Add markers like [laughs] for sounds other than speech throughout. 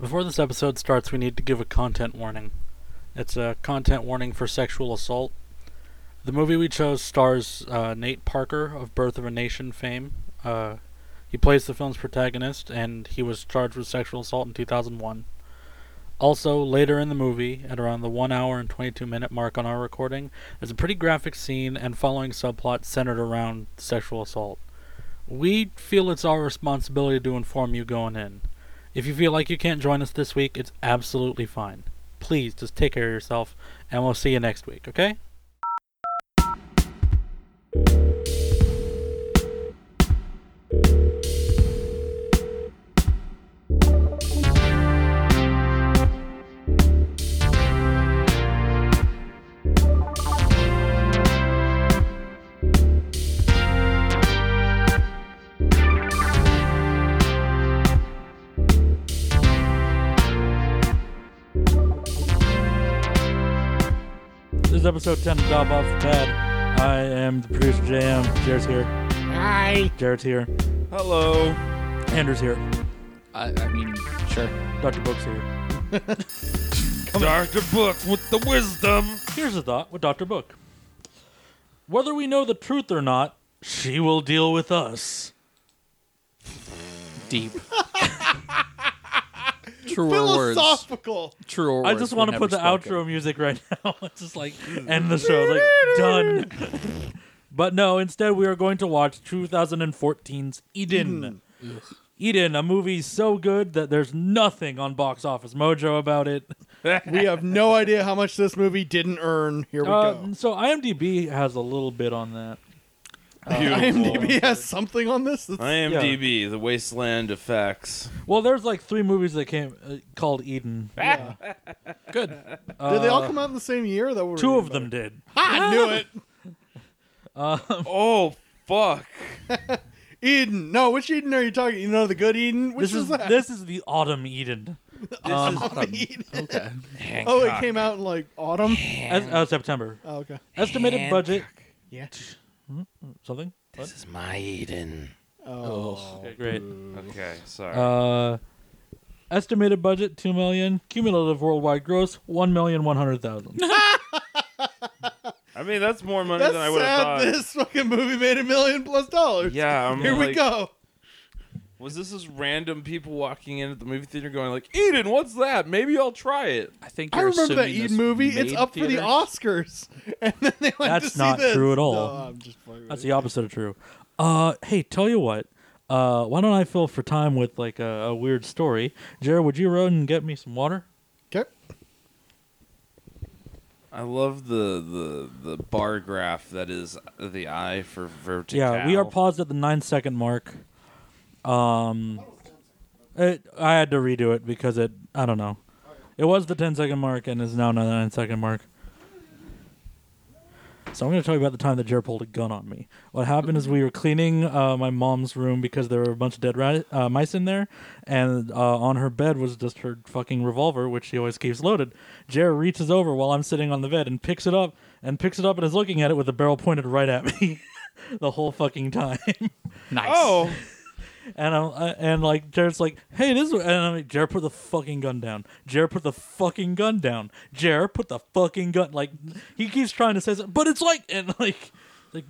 Before this episode starts, we need to give a content warning. It's a content warning for sexual assault. The movie we chose stars uh, Nate Parker of Birth of a Nation fame. Uh, he plays the film's protagonist, and he was charged with sexual assault in 2001. Also, later in the movie, at around the 1 hour and 22 minute mark on our recording, there's a pretty graphic scene and following subplot centered around sexual assault. We feel it's our responsibility to inform you going in. If you feel like you can't join us this week, it's absolutely fine. Please just take care of yourself, and we'll see you next week, okay? This is episode 10 of Job Off the Pad. I am the producer, JM. Jared's here. Hi. Jared's here. Hello. Andrew's here. I, I mean, sure. Dr. Book's here. [laughs] Dr. Book with the wisdom. Here's a thought with Dr. Book Whether we know the truth or not, she will deal with us. [laughs] Deep. Truer words. Philosophical. Truer words. I just want to put the outro music right [laughs] now. It's just like end the show, like done. [laughs] but no, instead we are going to watch 2014's Eden. Eden, a movie so good that there's nothing on Box Office Mojo about it. we have no idea how much this movie didn't earn. Here we Uh, go. so IMDb has a little bit on that. IMDb has something on this. That's- IMDb, the wasteland of facts. Well, there's like three movies that came uh, called Eden. Good. did they all come out in the same year? That we're Uh, Two reading of them Ah! about did. it? I knew it. Oh, fuck. Eden. No, which Eden are you talking? You know the good Eden. Which This is um, that? this is the autumn Eden, Eden. Okay. Oh, it came out in like autumn. As, uh, September. Oh, okay. Estimated budget Yeah. something. What? This is my Eden. Oh. Okay, great. mm. Okay, sorry. Uh, estimated budget two million. Cumulative worldwide gross one million one hundred thousand. I mean, that's more money That's than I would have sad. thought. This fucking movie made a million plus dollars. Yeah, I'm Here we like- go. Was this just random people walking in at the movie theater going like, Eden, what's that? Maybe I'll try it. [laughs] I think I you're remember that assuming this Eden movie. It's made up for the theaters. Oscars, [laughs] and then they went That's to see not this. true at all. No, I'm just fucking That's with you. the opposite of true. Uh, hey, tell you what. Uh, why don't I fill for time with like a, a weird story? Jared, would you run and get me some water? Okay. I love the the, the bar graph that is the eye for vertical. Yeah, we are paused at the nine second mark. Um, it, I had to redo it because it. I don't know. It was the 10 second mark and is now the nine second mark. So I'm going to tell you about the time that Jared pulled a gun on me. What happened is we were cleaning uh, my mom's room because there were a bunch of dead rat- uh, mice in there, and uh, on her bed was just her fucking revolver, which she always keeps loaded. Jared reaches over while I'm sitting on the bed and picks it up and picks it up and is looking at it with the barrel pointed right at me. [laughs] The whole fucking time, Nice. Oh, and I'm uh, and like Jared's like, "Hey, this," is-" and I'm like, "Jared, put the fucking gun down. Jared, put the fucking gun down. Jared, put the fucking gun." Like he keeps trying to say, something, but it's like and like, like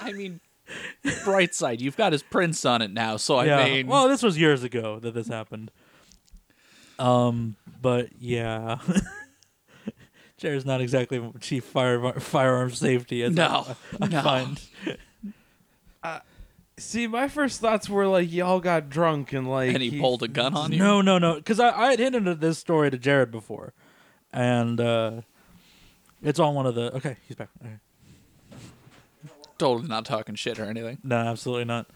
I [laughs] mean, bright side. You've got his prints on it now, so I yeah. mean, well, this was years ago that this happened. Um, but yeah, [laughs] Jared's not exactly chief fire, firearm safety. As [laughs] no, I, I no. find. see, my first thoughts were like, y'all got drunk and like, And he pulled a gun on you. No, no, no. Because I, I had hinted at this story to Jared before, and uh, it's on one of the. Okay, he's back. Okay. Totally not talking shit or anything. No, absolutely not.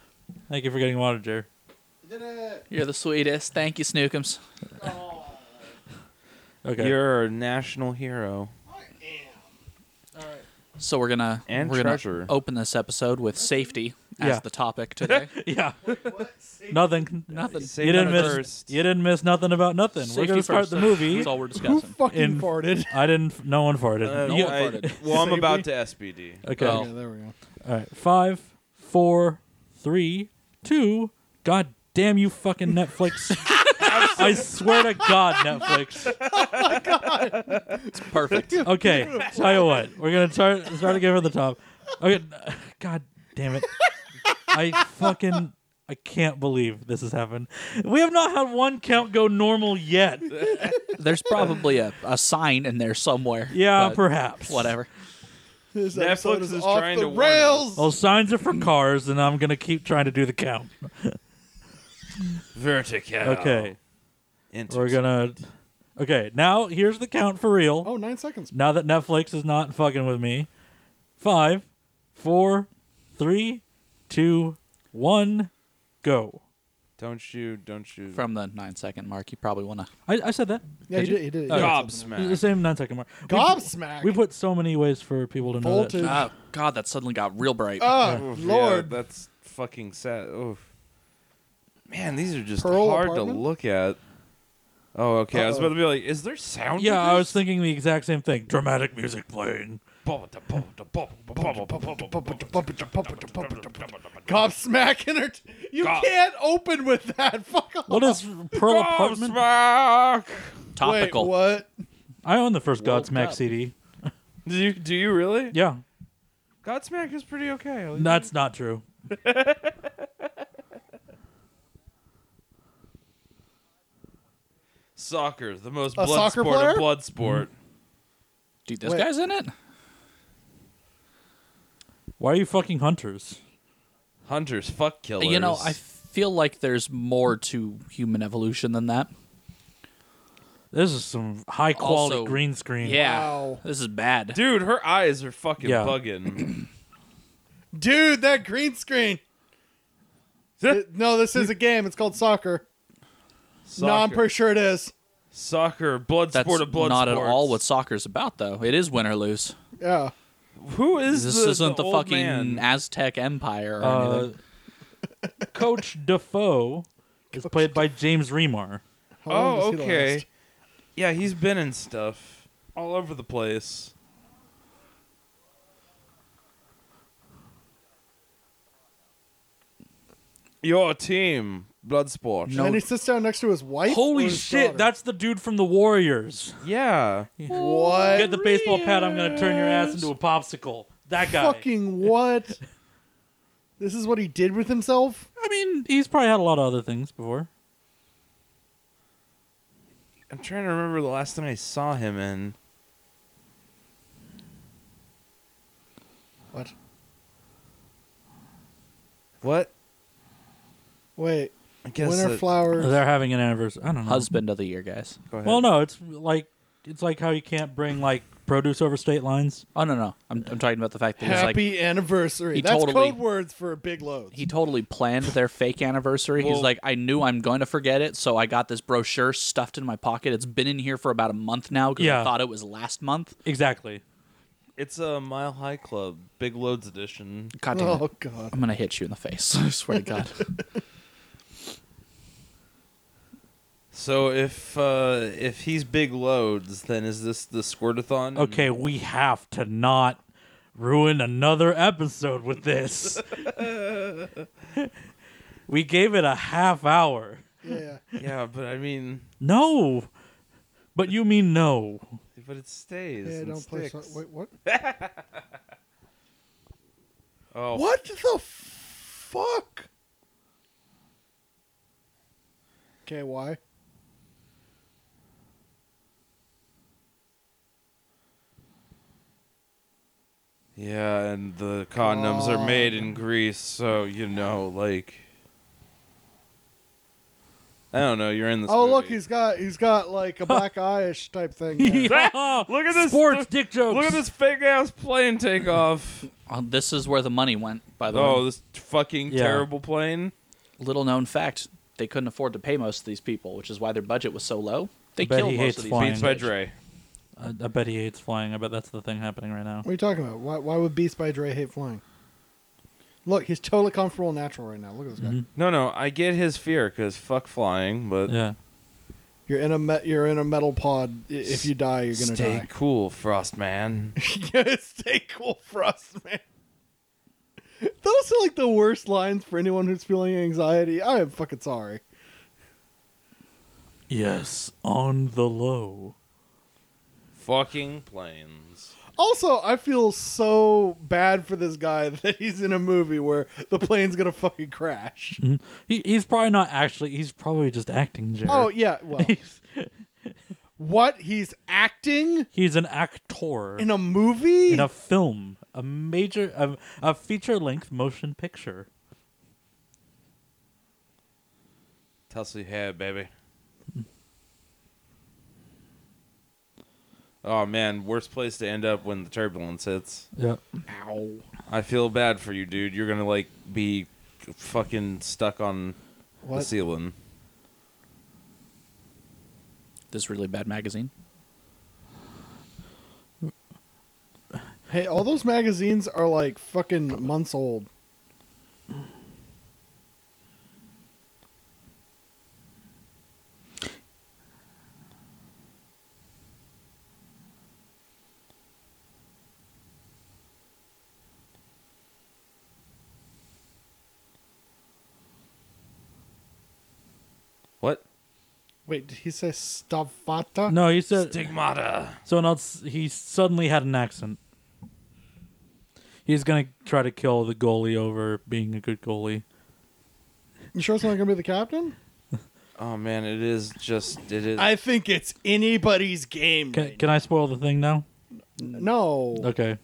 Thank you for getting water, Jared. You're the sweetest. Thank you, Snookums. Okay. You're a national hero. So we're gonna And we're gonna treasure. open this episode with safety as Yeah. the [laughs] topic today. [laughs] yeah. nothing. Nothing. Say you didn't that miss. first. You didn't miss nothing about nothing. Safety We're gonna start first. the movie. That's all we're Who discussing. fucking [laughs] In- [laughs] farted? I didn't. No one farted. Uh, No yeah, one I- farted. [laughs] well, I'm Savory. about to SBD. okay. Oh. Okay, there we go. All right. Five, four, three, Two, God damn you, fucking Netflix. I swear to God, Netflix. Perfect. Okay, tell you what, we're gonna start start again from the top. Okay, God damn it, I fucking I can't believe this has happened. We have not had one count go normal yet. There's probably a, a sign in there [laughs] somewhere. Yeah, but perhaps. Whatever. This Netflix episode is off trying the to warn us. Oh. rails. Well, signs are for cars, and I'm gonna keep trying to do the count. Vertical. Okay, Enter. we're gonna. Okay, now here's the count for real. Oh, nine seconds. now that Netflix is not fucking with me. Five, four, three, two, one, go. Don't shoot. Don't shoot. From the nine second mark, you probably want to. I, I said that. Yeah, he Did you? did. He did. Oh, It's The Gobsmacked. same nine second mark. We- Gobsmack. We, put so many ways for people to know Voltage. that. Oh, God, that suddenly got real bright. Oh, Oof, [laughs] yeah, Lord. that's fucking sad. Oof. Man, these are just Pearl hard Apartment? to look at. Oh, okay. I was Uh-oh. about to be like, is there sound? to Yeah, I was this? thinking the exact same thing. Dramatic music playing. Gobsmack enter- You can't open with that. [laughs] Fuck off. What is Pearl Apartment? Gobsmack! Topical. Wait, what? I own the first World Godsmack Cup. CD. Do you, do you really? Yeah, Godsmack is pretty okay. Like, that's not true. Soccer, the most A blood soccer sport player? of blood sport. Dude, this Wait. guy's in it? Why are you fucking hunters? Hunters, fuck killers. You know, I feel like there's more to human evolution than that. This is some high quality Also- green screen. Yeah. Wow. This is bad. Dude, her eyes are fucking Yeah. [clears throat] bugging. Dude, that green screen. Th- no, this is a game. It's called soccer. No, I'm Soccer. pretty sure it is. Soccer, blood That's sport of blood not at sports. all what soccer's about, though. It is win or lose. Yeah. Who is This the, isn't the, old fucking man? uh-huh. Aztec Empire or Uh, anything. Coach Defoe is played by James Remar. How long Oh, does he okay. last? Yeah, he's been in stuff all over the place. Your team, Bloodsport. No. And he sits down next to his wife. or Holy his shit, daughter? that's the dude from the Warriors. Yeah. what? Get the baseball bat, I'm gonna turn your ass into a popsicle. That guy. Fucking what? this is what he did with himself? I mean, he's probably had a lot of other things before. I'm trying to remember the last time I saw him in. What? What? Wait. I guess. Winter uh, that- flowers. They're having an anniversary. I don't know. Husband of the year, guys. Go ahead. Well, no, it's like it's like how you can't bring like produce over state lines. Oh, no, no. I'm, I'm talking about the fact that he's like. Happy anniversary. he That's totally- code words for big loads. He totally planned their fake anniversary. Well- He's like, I knew I'm going to forget it, so I got this brochure stuffed in my pocket. It's been in here for about a month now because Yeah. I thought it was last month. Exactly. It's a Mile High Club, Big Loads edition. God damn it. oh god. I'm going to hit you in the face. [laughs] I swear [laughs] to God. So if uh, if he's Big Loads, then is this the Squirtathon? Okay, we have to not ruin another episode with this. [laughs] we gave it a half hour. Yeah. Yeah, but I mean, No. But you mean no. but it stays. Yeah, and don't play so- sticks. Wait, what? Oh, What the fuck? Okay, why? Yeah, and the condoms are made in Greece, so you know, like. I don't know. You're in this. Oh look, movie. he's got he's got like [laughs] a black eyeish type thing. there. [laughs] Yeah. [laughs] Look at this- Sports look- dick jokes. Look at this fake ass plane takeoff. Uh, this is where the money went, by the oh, way. this fucking Yeah. terrible plane. Little known fact they couldn't afford to pay most of these people, which is why their budget was so low. They bet killed he most hates of these flying. people. Beats by Dre. I, I bet he hates flying. I bet that's the thing happening right now. What are you talking about? Why, why would Beast by Dre hate flying? Look, he's totally comfortable and natural right now. Look at this guy. Mm-hmm. No, no, I get his fear because fuck flying, but Yeah. You're in a me- you're in a metal pod. I- If you die, you're gonna stay die. [laughs] cool, Frost man. yeah, stay cool, Frost man. Those are like the worst lines for anyone who's feeling anxiety. I am fucking sorry. Yes, on the low. Fucking planes. Also, I feel so bad for this guy [laughs] that he's in a movie where the plane's gonna fucking crash. He, he's probably not actually. He's probably just acting. Jared. Oh yeah, [laughs] well, he's, what he's acting he's an actor in a movie? in a film, a major, a, a feature-length motion picture. Tussle your hair, baby. Oh man, worst place to end up when the turbulence hits. Yep. Ow. I feel bad for you, dude. You're gonna like be fucking stuck on the What? ceiling. This really bad magazine. Hey, all those magazines are like fucking months old. What? Wait, did he say Stavata? No, he said. Stigmata. Someone else. He suddenly had an accent. He's gonna try to kill the goalie over being a good goalie. You sure it's not gonna be the captain? Oh man, it is just it is. I think it's anybody's game. Can, right can I spoil the thing now? now. no. Okay. Okay.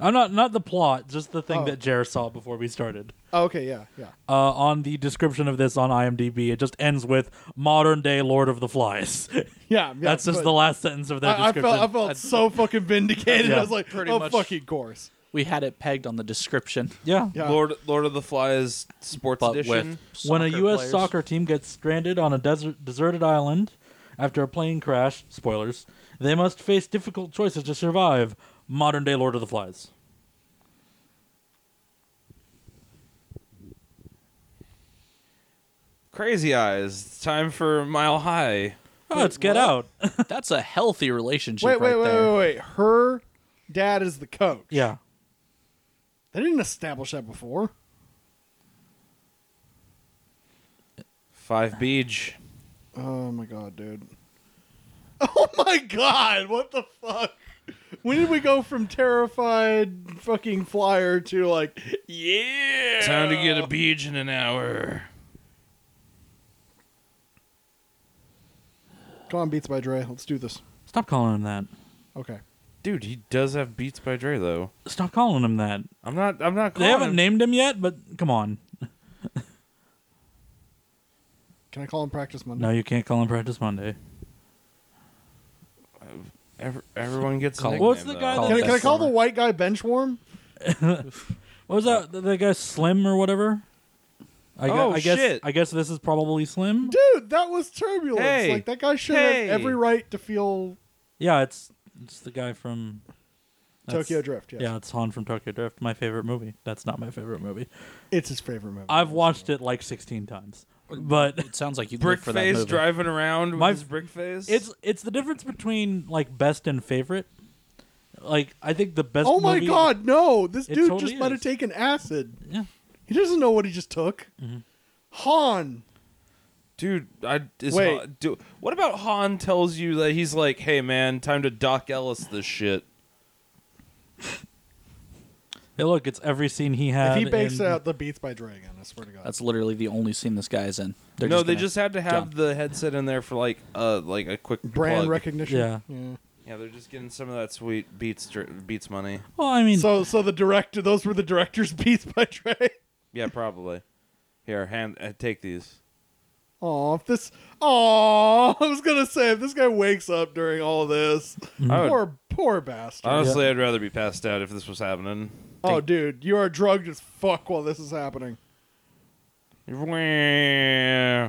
I'm not not the plot, just the thing Oh. that Jer saw before we started. okay, yeah, yeah. Uh, on the description of this on IMDb, it just ends with modern day Lord of the Flies. [laughs] Yeah, yeah, That's just but the last sentence of their I, I description. felt I felt so fucking vindicated. Yeah. I was like, Pretty oh much. fucking course. we had it pegged on the description. Yeah. Yeah. Lord Lord of the Flies sports But edition. with when a soccer U.S. players. soccer team gets stranded on a desert deserted island after a plane crash, spoilers, they must face difficult choices to survive. Modern day Lord of the Flies. Crazy Eyes. It's time for Mile High. Oh, let's get [laughs] out. [laughs] That's a healthy relationship Wait, wait, right wait, there. wait, wait. Her dad is the coach. yeah. They didn't establish that before. Five Beach. Oh my god, dude. [laughs] Oh my god, what the fuck? When did we go from terrified fucking flyer to like, yeah, Time to get a beach in an hour. Come on, Beats by Dre. Let's do this. Stop calling him that. Okay. Dude, he does have Beats by Dre though. Stop calling him that. I'm not. I'm not. They calling haven't him- named him yet, but come on. Can I call him practice Monday? No, you can't call him Practice Monday. Ev- everyone gets. a Call- nickname, What's the guy though. Can, I, that- can I call Summer. the white guy Benchwarm? What was that? Uh, The, the guy Slim or whatever? I, gu- Oh, I guess shit. I guess this is probably Slim. Dude, that was turbulence. Hey. Like that guy should Hey. have every right to feel Yeah, it's it's the guy from that's- Tokyo Drift. Yes. Yeah, it's Han from Tokyo Drift, my favorite movie. That's not my favorite movie. It's his favorite movie. I've watched it like 16 times. But It sounds like you brick live for that face movie. driving around with My- his brick [laughs] face. it's it's the difference between like best and favorite. Like I think the best oh my movie- god, no! This It dude totally just might have is. taken acid. Yeah. Mm-hmm. He doesn't know what he just took. Han. dude. I is Wait. Han- do, what about Han tells you that he's like, hey man, time to Doc Ellis this shit. Hey, look, it's every scene he If had. he bakes in- out the Beats by Dre again, I swear to God. That's literally the only scene this guy's in. They're no, just they gonna- just had to have the headset in there for like uh like a quick Brand plug. recognition. Yeah. Yeah, they're just getting some of that sweet Beats dr- Beats money. Well, I mean, So, so the director, those were the director's [laughs] Beats by Dre. Yeah, probably. Here, hand uh, take these. Aw, if this. Aw, [laughs] I was gonna say if this guy wakes up during all this, I would- Mm-hmm. poor, poor bastard. Honestly, I'd rather be passed out if this was happening. oh, dude, you are drugged as fuck while this is happening. Yeah,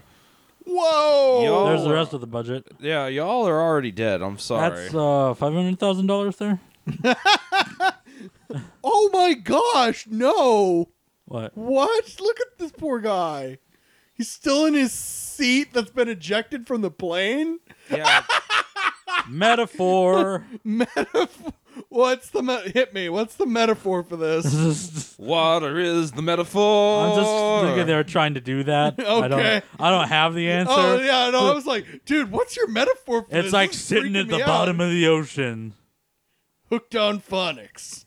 Whoa. Yo. there's the rest of the budget. y'all are already dead. I'm sorry. That's uh, five hundred thousand dollars there. Oh my gosh, no. What? What? Look at this poor guy. He's still in his seat that's been ejected from the plane. [laughs] yeah, Metaphor. Metaphor. What's the me- hit me? What's the metaphor for this? Water is the metaphor. I'm just thinking they were trying to do [laughs] that. I Okay. don't. I don't have the answer. Oh yeah, no, I was like, dude, what's your metaphor for this? It's like This is sitting at freaking the me out. bottom of the ocean. hooked on phonics.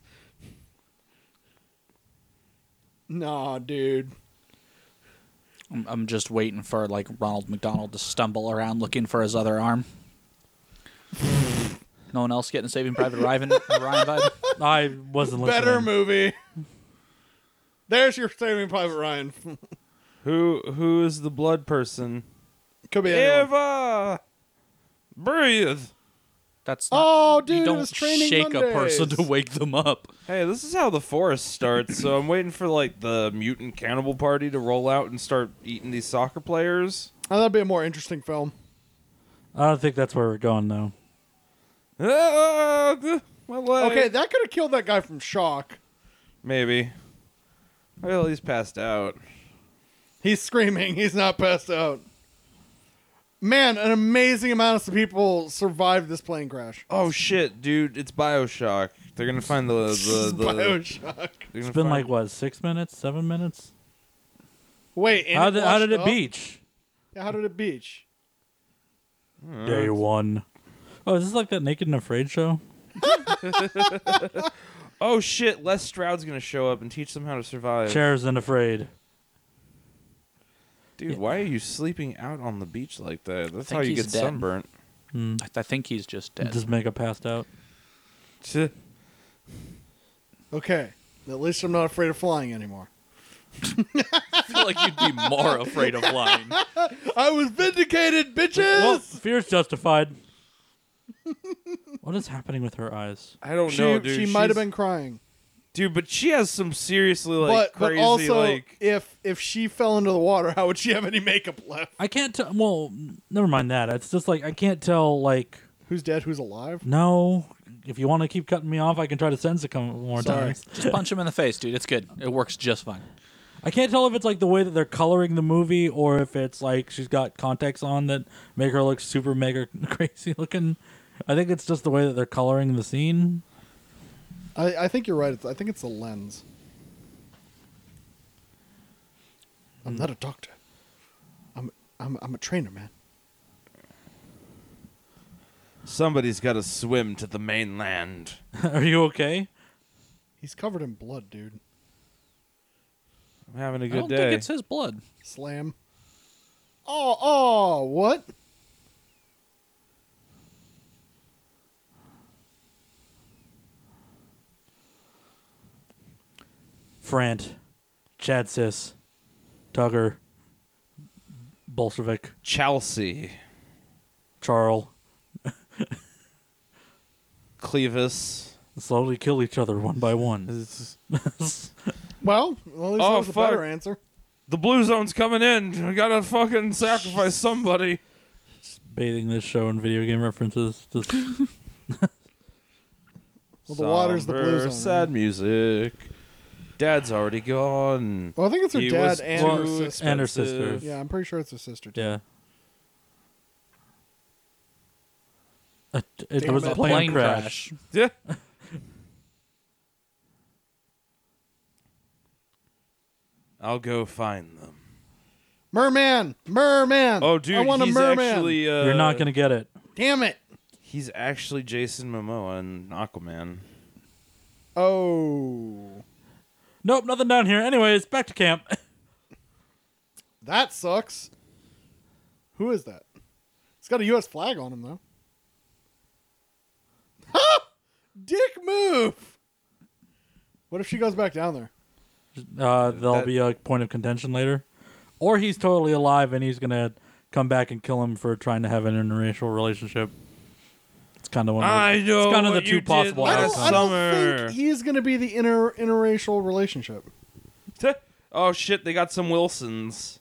Nah, dude. I'm, I'm just waiting for like Ronald McDonald to stumble around looking for his other [laughs] arm. no one else getting Saving Private Ryan, [laughs] Ryan vibe. I wasn't listening. Better movie. [laughs] There's your Saving Private Ryan. [laughs] who who is the blood person? Could be anyone. Eva, breathe. That's not, Oh, dude, you it don't was training shake a person Mondays. to wake them up. Hey, this is how the forest starts. so I'm waiting for like the mutant cannibal party to roll out and start eating these soccer players. Oh, that'd be a more interesting film. I don't think that's where we're going though. Ah, my leg. Okay, that could have killed that guy from Shock. maybe. Well, he's passed out. He's screaming. [laughs] He's not passed out. Man, an amazing amount of people survived this plane crash. [laughs] Oh shit, dude! It's Bioshock. They're gonna find the the. the [laughs] Bioshock. they're gonna It's been find- like what, six minutes, seven minutes? Wait, and How did, how did it washed up? beach? How did it beach? Day one. Oh, is this like that Naked and Afraid show? Oh shit! Les Stroud's gonna show up and teach them how to survive. Chairs and Afraid. Dude, why are you sleeping out on the beach like that? That's think how you he's get dead. [laughs] sunburnt. Mm, I, I think he's just dead. Just make a passed out. Tch. Okay. At least I'm not afraid of flying anymore. I feel like you'd be more afraid of lying. I was vindicated, bitches. Well, fear's justified. what is happening with her eyes? I don't she know, dude. she might have She's- been crying, dude, but she has some seriously like but crazy but also like. if if she fell into the water, how would she have any makeup left? I can't tell. Well, never mind that. It's just like I can't tell. Like Who's dead? Who's alive? no. If you want to keep cutting me off, I can try to sentence a couple more Sorry. times. [laughs] Just punch him in the face, dude. It's good. It works just fine. I can't tell if it's like the way that they're coloring the movie, or if it's like she's got contacts on that make her look super mega [laughs] crazy looking. I think it's just the way that they're coloring the scene. [laughs] I, I think you're right. It's, I think it's the lens. I'm not a doctor. I'm I'm I'm a trainer, man. Somebody's got to swim to the mainland. Are you okay? He's covered in blood, dude. I'm having a I good don't think day. it's his blood. Slam. Oh oh, what? Frant, Chad Sis, Tugger, Bolshevik, Chelsea, Charl. Clevis. slowly kill each other one by one. Well, well at least Oh, that was fuck. a better answer. The blue zone's coming in. I gotta fucking sacrifice somebody. Bathing this show in video game references. Just Well, the water's the blue Somber, zone, Sad music. Dad's already gone. Well, I think it's her He was dad and her too sister. and her expensive. sister. Yeah, I'm pretty sure it's her sister. Too. yeah. Uh, t- it, Damn was a it. plane, crash. Yeah. [laughs] I'll go find them. Merman, merman. Oh, dude, I want he's a merman. actually. Uh, You're not gonna get it. Damn it. He's actually Jason Momoa in Aquaman. Oh, Nope, nothing down here. Anyways, back to camp. [laughs] that sucks. Who is that? It's got a U.S. flag on him though. Ha! Dick move. What if she goes back down there? Uh, there'll That- be a point of contention later, or he's totally alive and he's gonna come back and kill him for trying to have an interracial relationship. It's kind of one. of those- I know It's kind of what the two you did possible I last don't, I outcomes. don't Summer. think he's going to be the inter interracial relationship. oh shit, they got some Wilsons.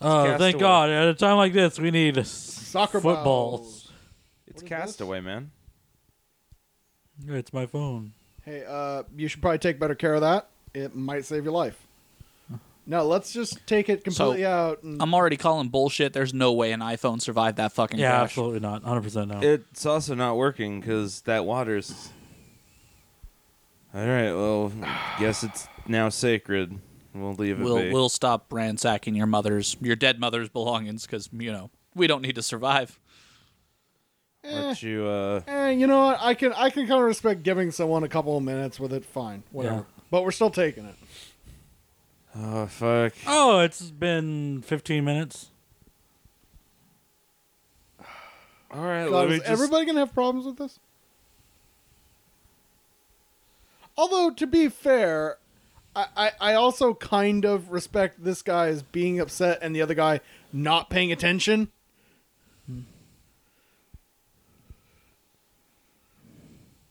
Uh, thank Castaway. God! At a time like this, we need s- Soccer footballs. balls. It's What is Castaway, man. It's my phone. Hey, uh, you should probably take better care of that. It might save your life. No, let's just take it completely out. And I'm already calling bullshit. There's no way an iPhone survived that fucking Yeah, crash. Oh. absolutely not. 100% no. It's also not working because that water's All right. Well, guess it's now sacred. We'll leave it We'll be. we'll stop ransacking your mother's your dead mother's belongings because you know we don't need to survive. Let you. Uh, Eh, you know what? I can I can kind of respect giving someone a couple of minutes with it. Fine, whatever. Yeah. But we're still taking it. oh fuck. Oh, it's been 15 minutes. All right. God, let me is just. everybody gonna have problems with this? Although to be fair, I, I, I also kind of respect this guy as being upset and the other guy not paying attention.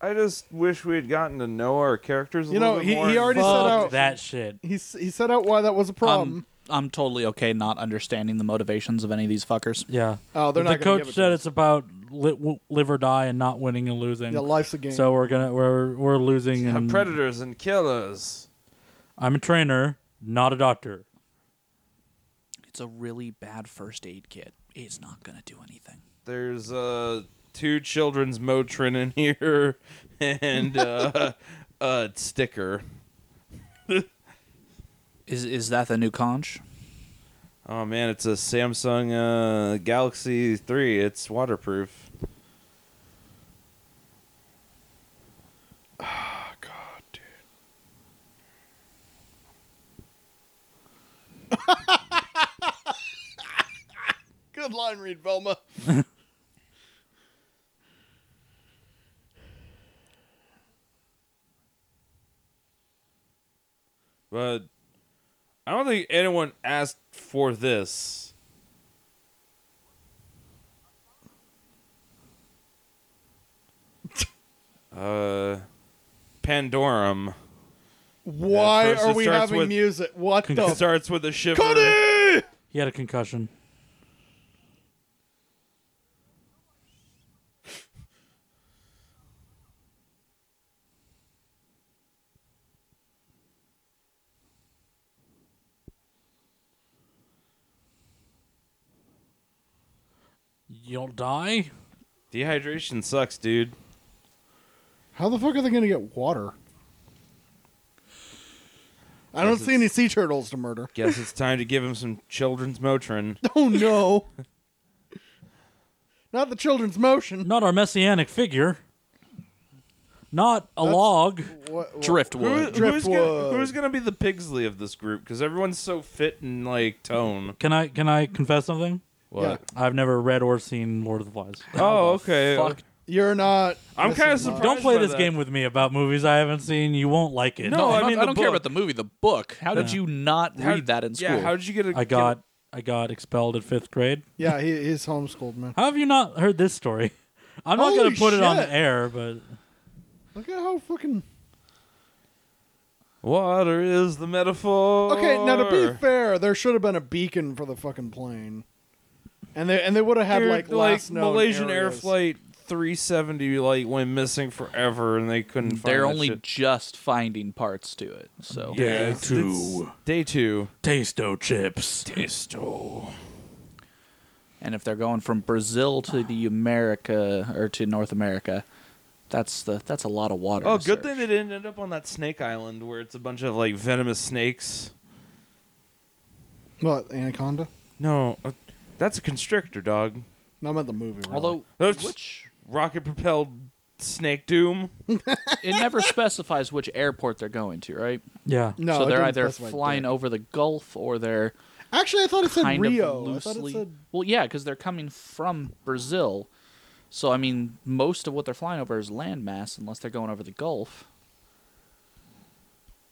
I just wish we had gotten to know our characters. A You little know, bit he- more he and already Fuck set out- that shit. He s- he set out why that Um, was a problem. I'm I'm totally okay not understanding the motivations of any of these fuckers. Yeah. oh, they're the not. gonna coach give it to said us. it's about li- w- live or die and not winning and losing. Yeah, life's a game. so we're gonna we're we're losing. Uh, And predators and killers. I'm a trainer, not a doctor. It's a really bad first aid kit. It's not gonna do anything. There's uh two children's Motrin in [laughs] here and uh, a sticker. Is is that the new conch? Oh man, it's a Samsung uh, Galaxy 3. It's waterproof. Good line, read Velma. But I don't think anyone asked for this. [laughs] Uh, Pandorum. Yeah, Why first are it we starts having with- music? What the? It starts with a shiver. Cody! He had a concussion. You'll die. Dehydration sucks, dude. How the fuck are they gonna get water? I don't see any sea turtles to [laughs] murder. Guess it's time to give him some children's Motrin. Oh no! [laughs] Not the children's motion. Not our messianic figure. Not a log. What, what- Who- Driftwood. who's, gonna, Driftwood. who's gonna be the Pigsley of this group? Because everyone's so fit and like tone. Can I can I confess something? Yeah. I've never read or seen Lord of the [laughs] Flies. Oh, okay. Fuck. You're not. I'm kind of Listen, surprised. Don't play by this that. game with me about movies I haven't seen. You won't like it. No, No, I I, mean the don't care book. about the movie. The book. How did Yeah. you not How- read that in school? Yeah, how did you get? A, I got I got expelled at fifth grade. Yeah, he, he's homeschooled, man. How have you not heard this story? [laughs] I'm not Holy going to put it on shit. the air, but Look at how fucking. Water is the metaphor. Okay, now to be fair, there should have been a beacon for the fucking plane, and they and they would have had Dude, like last known Malaysian Air areas. Flight 370 like went missing forever, and they couldn't. find They're that only shit. just finding parts to it. So Yeah, it's- it's two. day two. Tasto chips. And if they're going from Brazil to the America or to North America, that's the that's a lot of water. Oh, to good thing search. they didn't end up on that snake island where it's a bunch of like venomous snakes. What anaconda? No, uh, that's a constrictor, dog. No, I meant the movie. really. Although [laughs] That's- which Rocket propelled snake doom. it never specifies which airport they're going to, right? [laughs] Yeah. no, so it they're didn't either specify flying date. over the Gulf or they're Actually, I thought it [laughs] said kind Rio. of I thought it loosely. said Well, yeah, because they're coming from Brazil. So I mean, most of what they're flying over is landmass, unless they're going over the Gulf.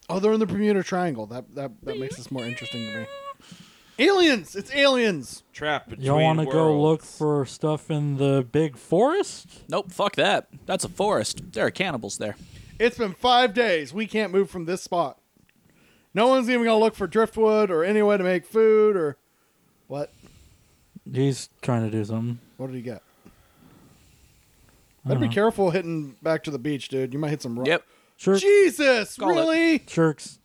Oh, they're in the Bermuda Triangle. That that that makes this more interesting to me. Aliens! It's aliens. Trap between Y'all want to go look worlds. for stuff in the big forest? Nope, fuck that. That's a forest. There are cannibals there. It's been five days. We can't move from this spot. No one's even gonna look for driftwood or any way to make food or what? He's trying to do something. What did he get? I Better be dunno. careful hitting back to the beach, dude. You might hit some rocks. Yep. Shirk, Jesus, Call it. really? shirks.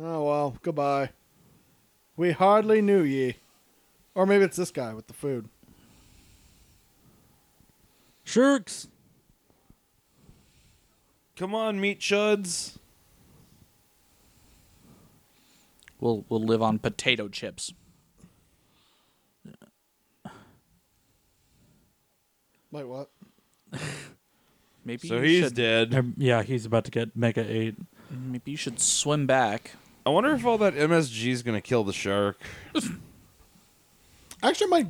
Oh well, goodbye. We hardly knew ye. Or maybe it's this guy with the food. Shirks. Come on, meat chuds. We'll we'll live on potato chips. Wait, what? Maybe so you he's should, dead. Um, Yeah, he's about to get Mega 8. Maybe you should swim back. I wonder if all that MSG is gonna kill the shark. Actually, my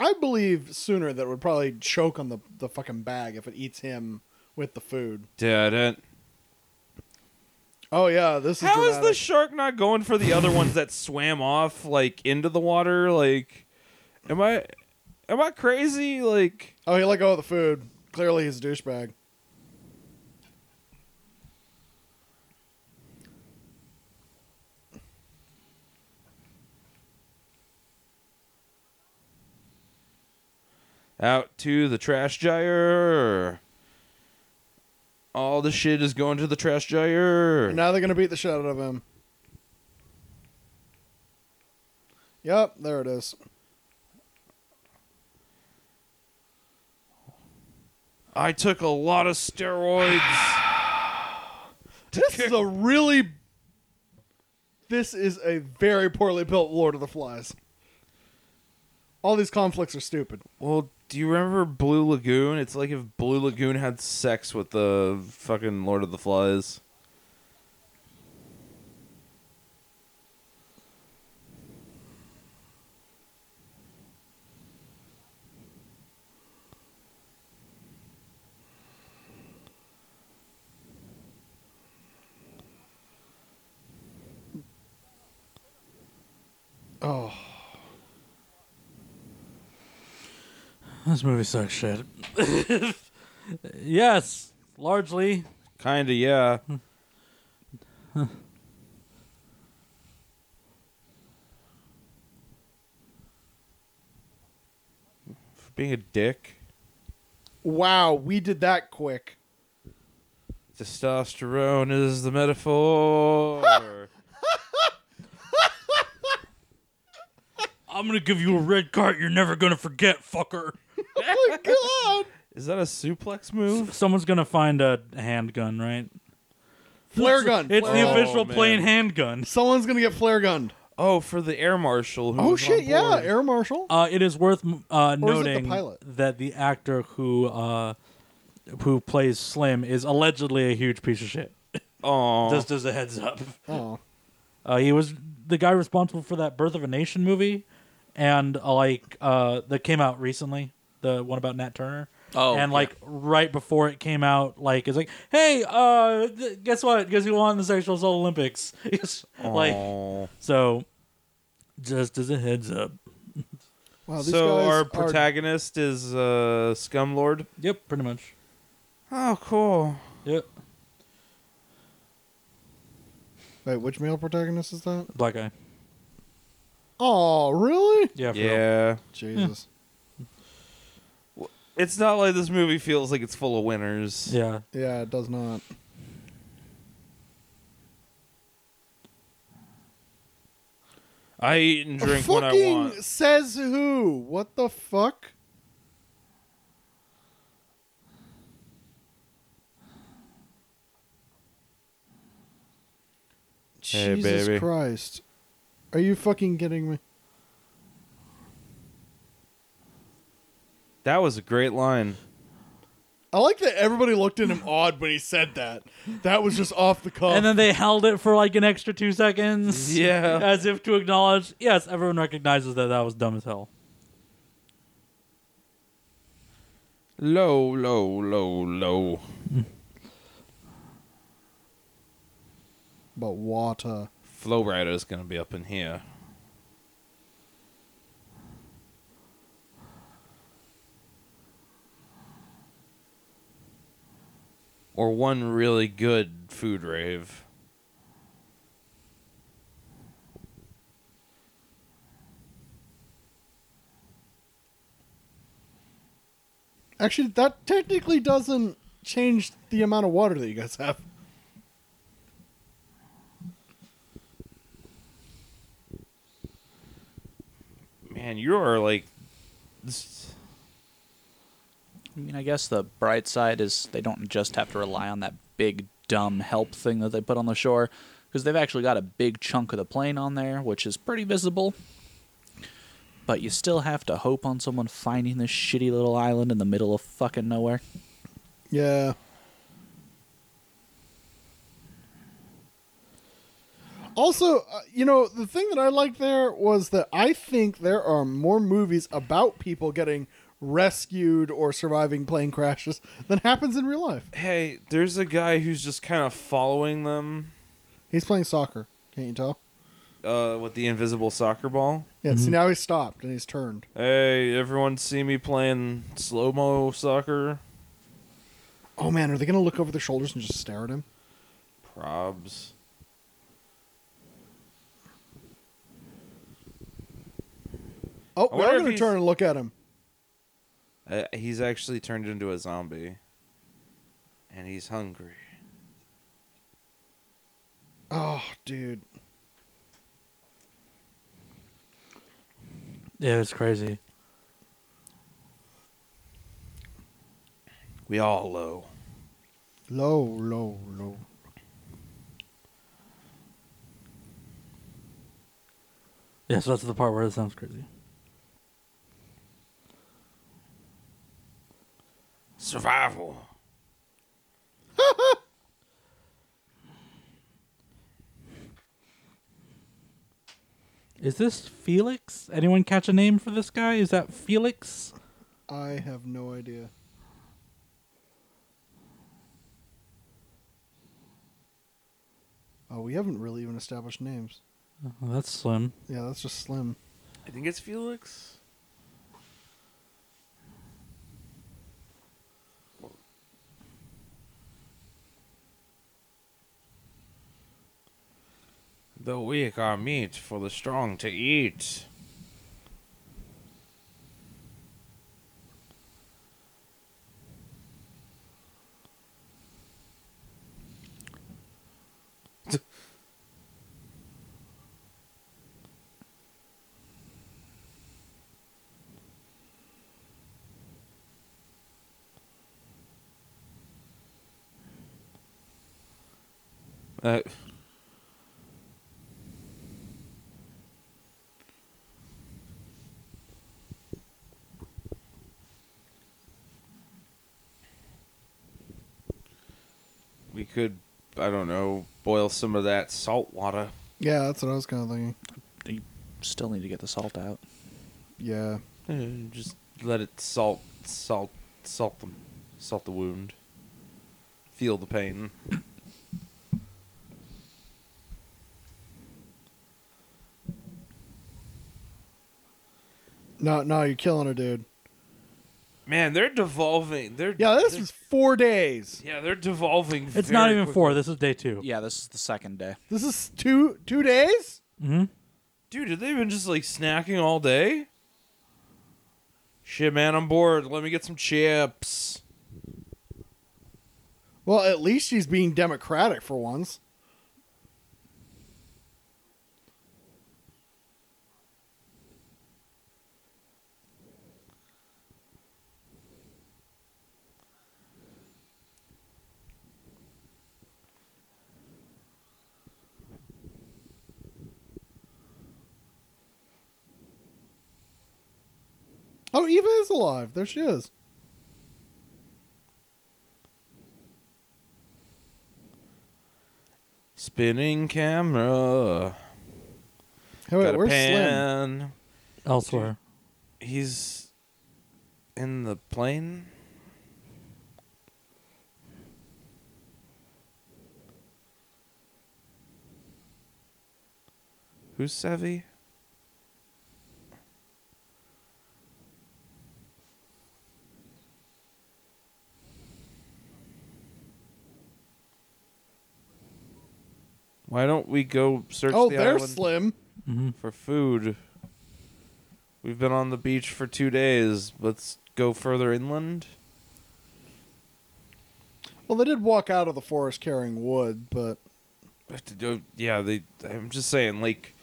I believe sooner that it would probably choke on the the fucking bag if it eats him with the food. Didn't. Oh yeah, this is How is the dramatic. shark not going for the other ones that swam off like into the water? Like, am I, am I crazy? Like, oh, he let go of the food. Clearly, he's a douchebag. out to the trash gyre. All the shit is going to the trash gyre. And now they're gonna beat the shit out of him. Yep, there it is. I took a lot [sighs] of steroids. This is a really. This is a very poorly built Lord of the Flies. All these conflicts are stupid. well, do you remember Blue Lagoon? It's like if Blue Lagoon had sex with the fucking Lord of the Flies. Oh, This movie sucks shit. [laughs] yes, largely. Kinda, yeah. For being a dick. wow, we did that quick. Testosterone is the [laughs] metaphor. I'm gonna give you a red card you're never gonna forget, fucker. Oh my god! is that a suplex move? Someone's gonna find a handgun, right? Flare It's- gun. It's flare the gun. Oh, official man. plain handgun. Someone's gonna get flare gunned. Oh, for the air marshal. Who Oh was on shit! Yeah, board. air marshal. Uh, it is worth uh, Or is it the noting pilot? that the actor who uh, who plays Slim is allegedly a huge piece of shit. Aw. Just as a heads up, Oh, uh, he was the guy responsible for that Birth of a Nation movie, and uh, like uh, that came out recently, the one about Nat Turner. Oh, and yeah. like right before it came out, like it's like, hey, uh, th- guess what? Guess who won the sexual assault Olympics? [laughs] It's like Aw. so. Just as a heads up. wow. Oh, These so guys our are- protagonist is uh, Scumlord. Yep, pretty much. Oh, cool. Yep, Wait, which male protagonist is that? black guy. Oh, really? Yeah, for real. Yeah. Jesus. It's not like this movie feels like it's full of winners. yeah. Yeah, it does not. I eat and drink when I Fucking want. says who? What the fuck? Hey, Jesus baby. Christ. Are you fucking kidding me? That was a great line. I like that everybody looked at him odd when he said that. That was just off the cuff. And then they held it for like an extra two seconds. Yeah. [laughs] As if to acknowledge, yes, everyone recognizes that that was dumb as hell. Low, low, low, low. but water. Flow Rider's gonna be up in here. Or one really good food rave. Actually, that technically doesn't change the amount of water that you guys have. Man, you are like. s- I mean, I guess the bright side is they don't just have to rely on that big dumb help thing that they put on the shore because they've actually got a big chunk of the plane on there, which is pretty visible. But you still have to hope on someone finding this shitty little island in the middle of fucking nowhere. Yeah. Also, uh, you know, the thing that I liked there was that I think there are more movies about people getting rescued or surviving plane crashes than happens in real life. Hey, there's a guy who's just kind of following them He's playing soccer. Can't you tell? uh, with the invisible soccer ball. Yeah, see, now he's stopped and he's turned. Hey, everyone see me playing slow mo soccer? Oh, man, are they going to look over their shoulders and just stare at him? Probs. Oh, they're I wonder if going to he's- turn and look at him. Uh, he's actually turned into a zombie. And he's hungry. Oh, dude. Yeah, it's crazy. We all low. Low, low, low. Yeah, so that's the part where it sounds crazy. Survival. Is this Felix? Anyone catch a name for this guy? Is that Felix? I have no idea. Oh, we haven't really even established names. Oh, that's Slim. Yeah, that's just Slim. I think it's Felix. The weak are meat for the strong to eat. Uh, we could, I don't know, boil some of that salt water. Yeah, that's what I was kind of thinking. You still need to get the salt out. Yeah. Uh, Just let it salt, salt, salt them, salt the wound. Feel the pain. No, no, you're killing her, dude. Man, they're devolving. They're Yeah, this they're- was four days. yeah, they're devolving. It's not very even quickly. four. This is day two. Yeah, this is the second day. This is two two days. Mm-hmm. Dude, have they been just like snacking all day? Shit, man, I'm bored. Let me get some chips. Well, at least she's being democratic for once. Oh, Eva is alive. There she is. Spinning camera. Hey, wait, Got a where's Slim? pan. Elsewhere. He's in the plane. Who's Sevi? Why don't we go search Oh, the there's island? Slim. Mm-hmm. for food. We've been on the beach for two days. Let's go further inland. Well, they did walk out of the forest carrying wood, but But to do- Yeah, they. I'm just saying, like,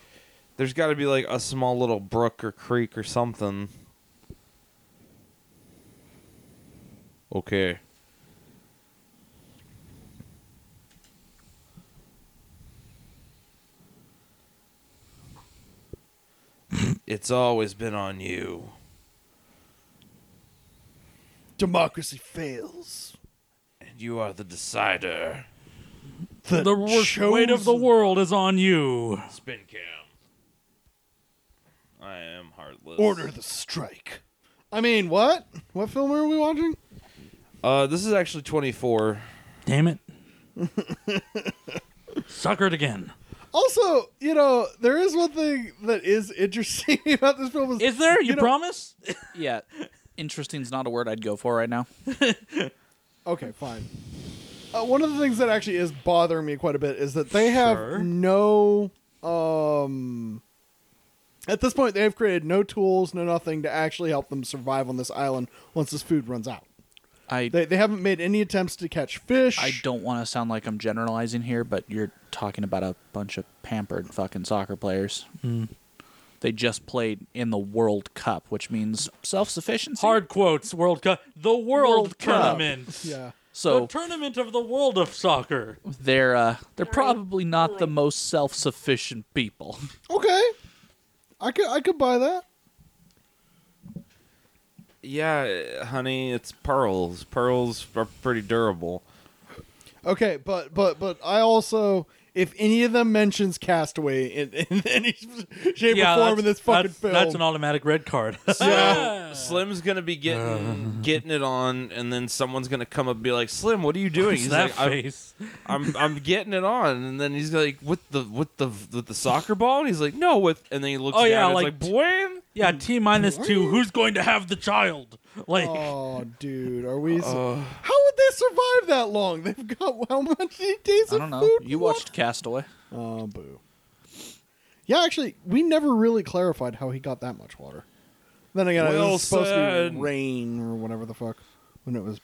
there's got to be like a small little brook or creek or something. Okay. It's always been on you. Democracy fails. And you are the decider. The, The worst weight of the chosen- world is on you. Spin cam. I am heartless. Order the strike. I mean, what? What film are we watching? Uh, this is actually 24. Damn it. Suckered again. Also, you know, there is one thing that is interesting [laughs] about this film. Is, Is there? You, know- promise? Yeah. Interesting's not a word I'd go for right now. Okay, fine. Uh, one of the things that actually is bothering me quite a bit is that they have Sure. no. Um, at this point, they have created no tools, no nothing to actually help them survive on this island once this food runs out. I They, they haven't made any attempts to catch fish. I don't want to sound like I'm generalizing here, but you're talking about a bunch of pampered fucking soccer players. Mm. They just played in the World Cup, which means [laughs] self-sufficiency. Hard quotes, World Cup. The World, World Cup. Tournament. [laughs] Yeah. So the tournament of the world of soccer. they're uh, they're probably not the most self-sufficient [laughs] people. Okay. I could I could buy that. Yeah, honey, it's pearls. Pearls are pretty durable. Okay, but but but I also if any of them mentions Castaway in, [laughs] in any shape or form in this fucking that's, film, that's an automatic red card. [laughs] So Slim's gonna be Uh. [laughs] getting getting it on, and then someone's gonna come up and be like, "Slim, what are you doing?" It's He's that like, I'm, face. I'm I'm getting it on, and then he's like, "With the with the with the soccer ball?" And he's like, "No, with." And then he looks Oh, down, yeah, and like- it's like "Bwam." Yeah, T minus two. Who's going to have the child? Like, oh dude, are we? so- how would they survive that long? They've got [laughs] how much days I of don't know. food? You watched Castaway. Oh boo. Yeah, actually, we never really clarified how he got that much water. Then again, it was supposed to be Wilson. rain or whatever the fuck when it was.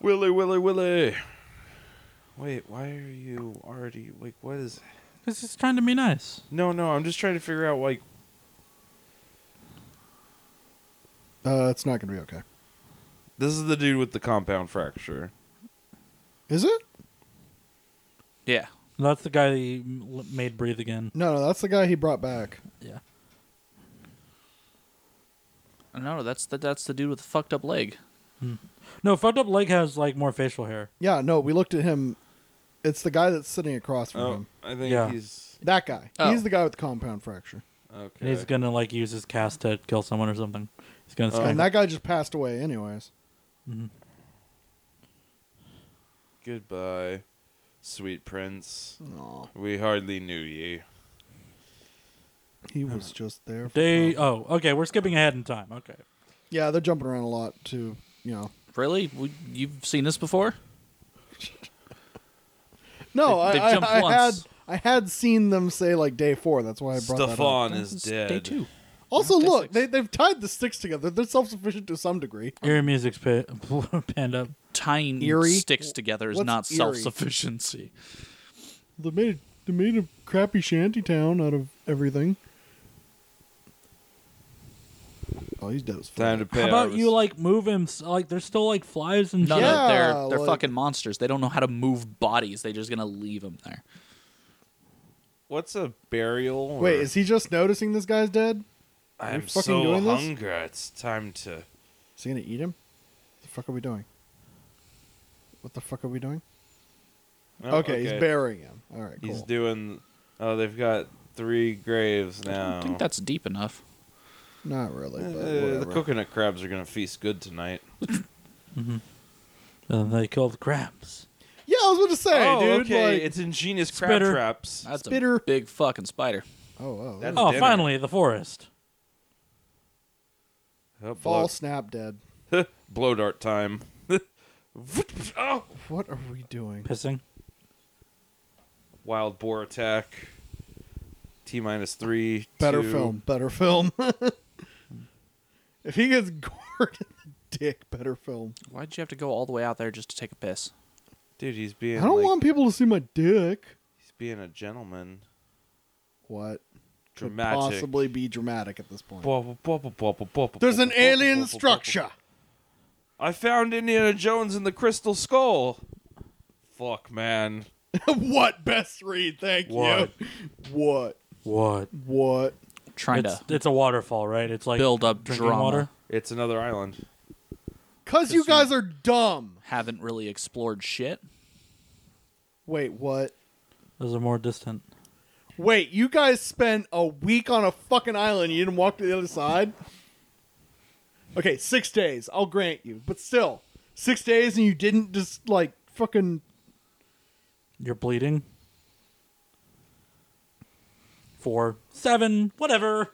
Willy, Willy, Willy. Wait, why are you already like? What is? because he's trying to be nice. No, no, I'm just trying to figure out like. Uh, it's not gonna be okay. This is the dude with the compound fracture. Is it? Yeah. That's the guy that he m- l- made breathe again. No, no, that's the guy he brought back. Yeah. No, that's the, that's the dude with the fucked up leg. No, fucked up leg has like more facial hair. Yeah, no, we looked at him. It's the guy that's sitting across from Oh, him. I think Yeah. he's That guy. Oh. He's the guy with the compound fracture. okay. And he's gonna like use his cast to kill someone or something. He's gonna. Oh. Mm-hmm. smack- Oh, and that guy just passed away, anyways. Goodbye, sweet prince. Aw, We hardly knew ye. he was just there. For They. fun. Oh, okay. We're skipping ahead in time. Okay. yeah, they're jumping around a lot to you know. Really? We, you've seen this before? No, They- they I, jumped I, I had once. I had seen them say like day four. That's why I brought that up. Stefan is It's dead. Day two. Also, Day look, six. they they've tied the sticks together. They're self sufficient to some degree. Eerie music's pa- [laughs] panned up. Tying Eerie? sticks together is What's not eerie? self sufficiency. They made they made a crappy shanty town out of everything. Oh, he's dead as fuck. Time to pay. How our about you res- like move him? s- Like there's still like flies and No, shit. Yeah, no, they're they're like- fucking monsters. They don't know how to move bodies. They're just gonna leave them there. What's a burial? or- Wait, is he just noticing this guy's dead? I you am fucking so doing this? hungry. It's time to. Is he gonna eat him? What the fuck are we doing? What the fuck are we doing? Oh, okay, he's burying him. All right, cool. He's doing. Oh, they've got three graves now. I don't think that's deep enough. Not really, Uh, but the whatever. coconut crabs are gonna feast good tonight. And they killed crabs. yeah, I was about to say, oh, dude. okay, like- it's ingenious crab Spitter. traps. That's Spitter. a big fucking spider. oh, oh, That's- oh. Oh, dinner. finally the forest. Oh, fall blow, snap dead. blow dart time. [laughs] oh, What are we doing? Pissing. wild boar attack. T minus three. Better two. film. Better film. [laughs] if he gets gored in the dick, better film. Why'd you have to go all the way out there just to take a piss? Dude, he's being. I don't like- want people to see my dick. He's being a gentleman. What could Dramatic. possibly be dramatic at this point? There's There's an alien structure. [laughs] I found Indiana Jones in the crystal skull. Fuck, man. what best read? Thank What? you. What? What? What? Trying it's, to it's a waterfall, right? It's like build up drinking drama. water. It's another island. Cause you guys are dumb. Haven't really explored shit. Wait, what? Those are more distant. Wait, you guys spent a week on a fucking island. You didn't walk to the other side. Okay, six days. I'll grant you, but still, six days, and you didn't just like fucking. You're bleeding. Four, seven, whatever.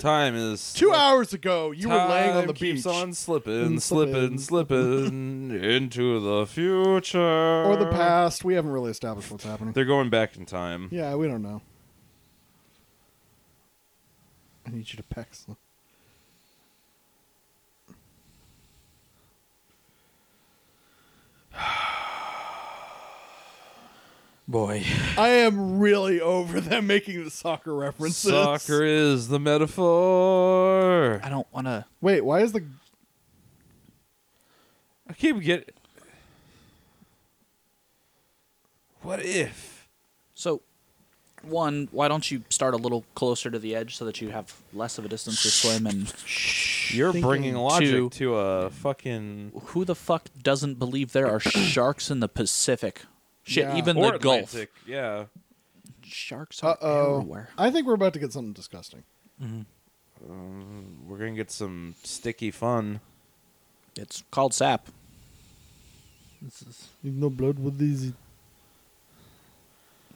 Time is Two hours ago, you Time were laying on the keeps beach on slipping, And slipping, slipping. [laughs] slipping into the future or the past. We haven't really established what's happening. They're going back in time. yeah, we don't know. I need you to peck some. Boy. I am really over them making the soccer references. Soccer is the metaphor. I don't want to. Wait, why is the I keep getting. What if? So, one, why don't you start a little closer to the edge so that you have less of a distance to swim? And You're bringing logic two. to a fucking. [laughs] who the fuck doesn't believe there [clears throat] are sharks in the Pacific? Shit, Yeah. even or the Atlantic, yeah. Gulf. Sharks uh are oh? everywhere. I think we're about to get something disgusting. We're going to get some sticky fun. It's called sap. This is No blood with these.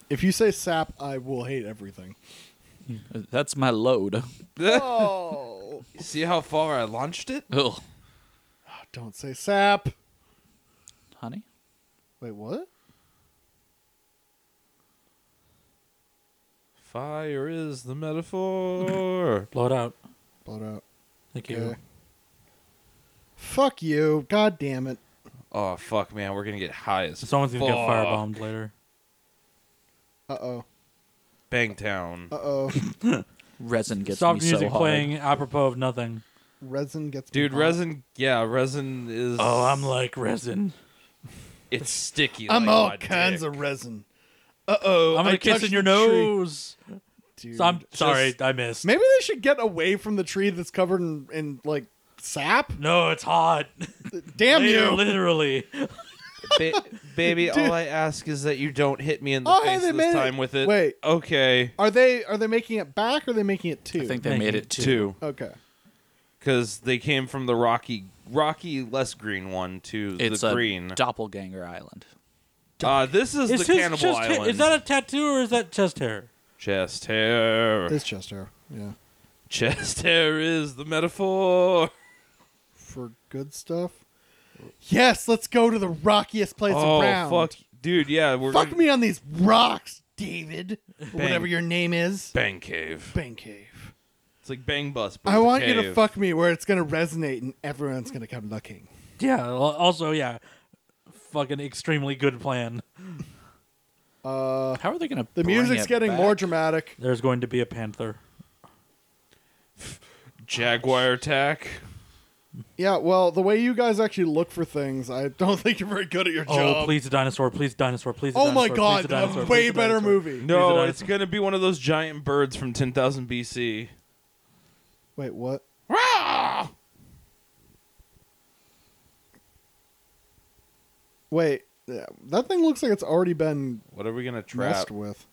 If you say sap, I will hate everything. That's my load. [laughs] [laughs] oh, See how far I launched it? Ugh. don't say sap. Honey? Wait, what? Fire is the [laughs] metaphor. blow it out. Blow it out. Thank you. Okay. Fuck you. God damn it. oh, fuck, man. We're going to get high as Someone's gonna fuck. get firebombed later. Uh oh. Bangtown. Uh oh. Resin gets Soft me music so hard. playing apropos of nothing. [laughs] Resin gets. me Dude, hot. resin. Yeah, resin is. Oh, like resin. It's sticky. I'm like all my kinds dick. of resin. Uh oh. I'm gonna kiss in your nose. So I'm sorry, I missed. Maybe they should get away from the tree that's covered in, in like sap. no, it's hot. [laughs] Damn you! Literally. Ba- [laughs] baby, all I ask is that you don't hit me in the Oh, hey, face they made this it. time with it. Wait. Okay. Are they are they making it back? or Are they making it two? I think they Thank made you. it too. Two. Okay. Because they came from the rocky, rocky, less green one to It's the a green. doppelganger island. uh, this is, Is, the his cannibal chest hair- island. is that a tattoo or is that chest hair? chest hair? It's chest hair. Yeah. chest hair is the metaphor. For good stuff. Yes, let's go to the rockiest place oh around. fuck, dude. Yeah, we're Fuck gonna- me on these rocks, David. Or Whatever your name is. Bang cave. Bang cave. It's like bang bus. But I with a want you to cave. fuck me where it's gonna resonate and everyone's gonna come looking. Yeah. al- Also, yeah. Fucking extremely good plan. Uh, How are they going to? the music's getting more dramatic. There's going to be a panther. Jaguar attack. Yeah, well, the way you guys actually look for things, I don't [laughs] think you're very good at your Oh, job. please a dinosaur! Please a dinosaur! Please. A Oh dinosaur, my please a god, dinosaur, a please way a better dinosaur. movie. No, He's a it's gonna be one of those giant birds from 10,000 BC. Wait, what? Ah! Wait, yeah, that thing looks like it's already been What are we gonna trap? messed with.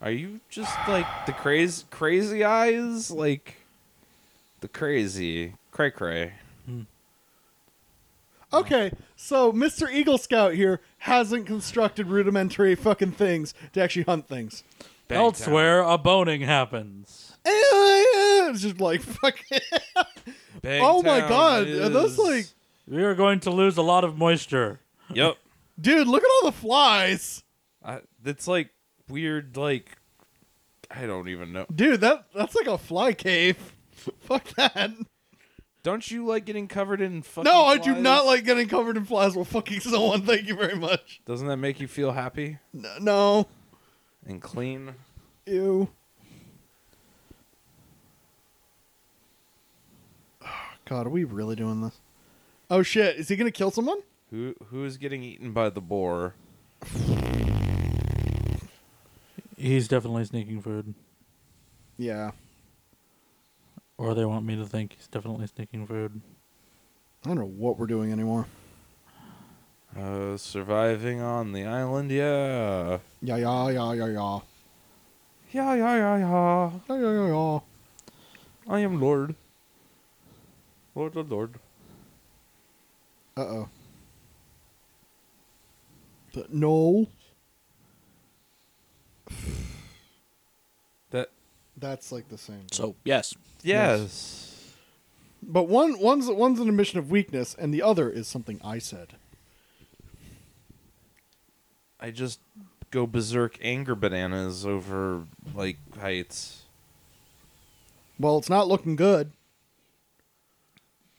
Are you just like the crazy, crazy eyes, like the crazy cray cray? Okay, so Mr. Eagle Scout here hasn't constructed rudimentary fucking things to actually hunt things. Bang Elsewhere, a boning happens. It's just like [laughs] fucking. Town. Bang Oh my Town God, are those, is- like- We are going to lose a lot of moisture. Yep. Dude, look at all the flies. I, it's like weird, like I don't even know. Dude, that that's like a fly cave. [laughs] Fuck that. Don't you like getting covered in fucking? No, I do flies? not like getting covered in flies. Well, fucking someone, thank you very much. Doesn't that make you feel happy N- No. and clean? Ew. [sighs] God, are we really doing this? Oh shit, is he gonna kill someone? Who who is getting eaten by the boar? He's definitely sneaking food, Yeah. or they want me to think he's definitely sneaking food. I don't know what we're doing anymore. Uh, surviving on the island, yeah. Yeah, yeah, yeah, yeah, yeah. Yeah, yeah, yeah, yeah. Yeah, yeah, yeah, yeah. I am Lord. Lord, Lord, Lord. Uh oh. No. That That's like the same. thing. So yes, yes. But one one's one's an admission of weakness, and the other is something I said. I just go berserk anger bananas over like heights. Well, it's not looking good.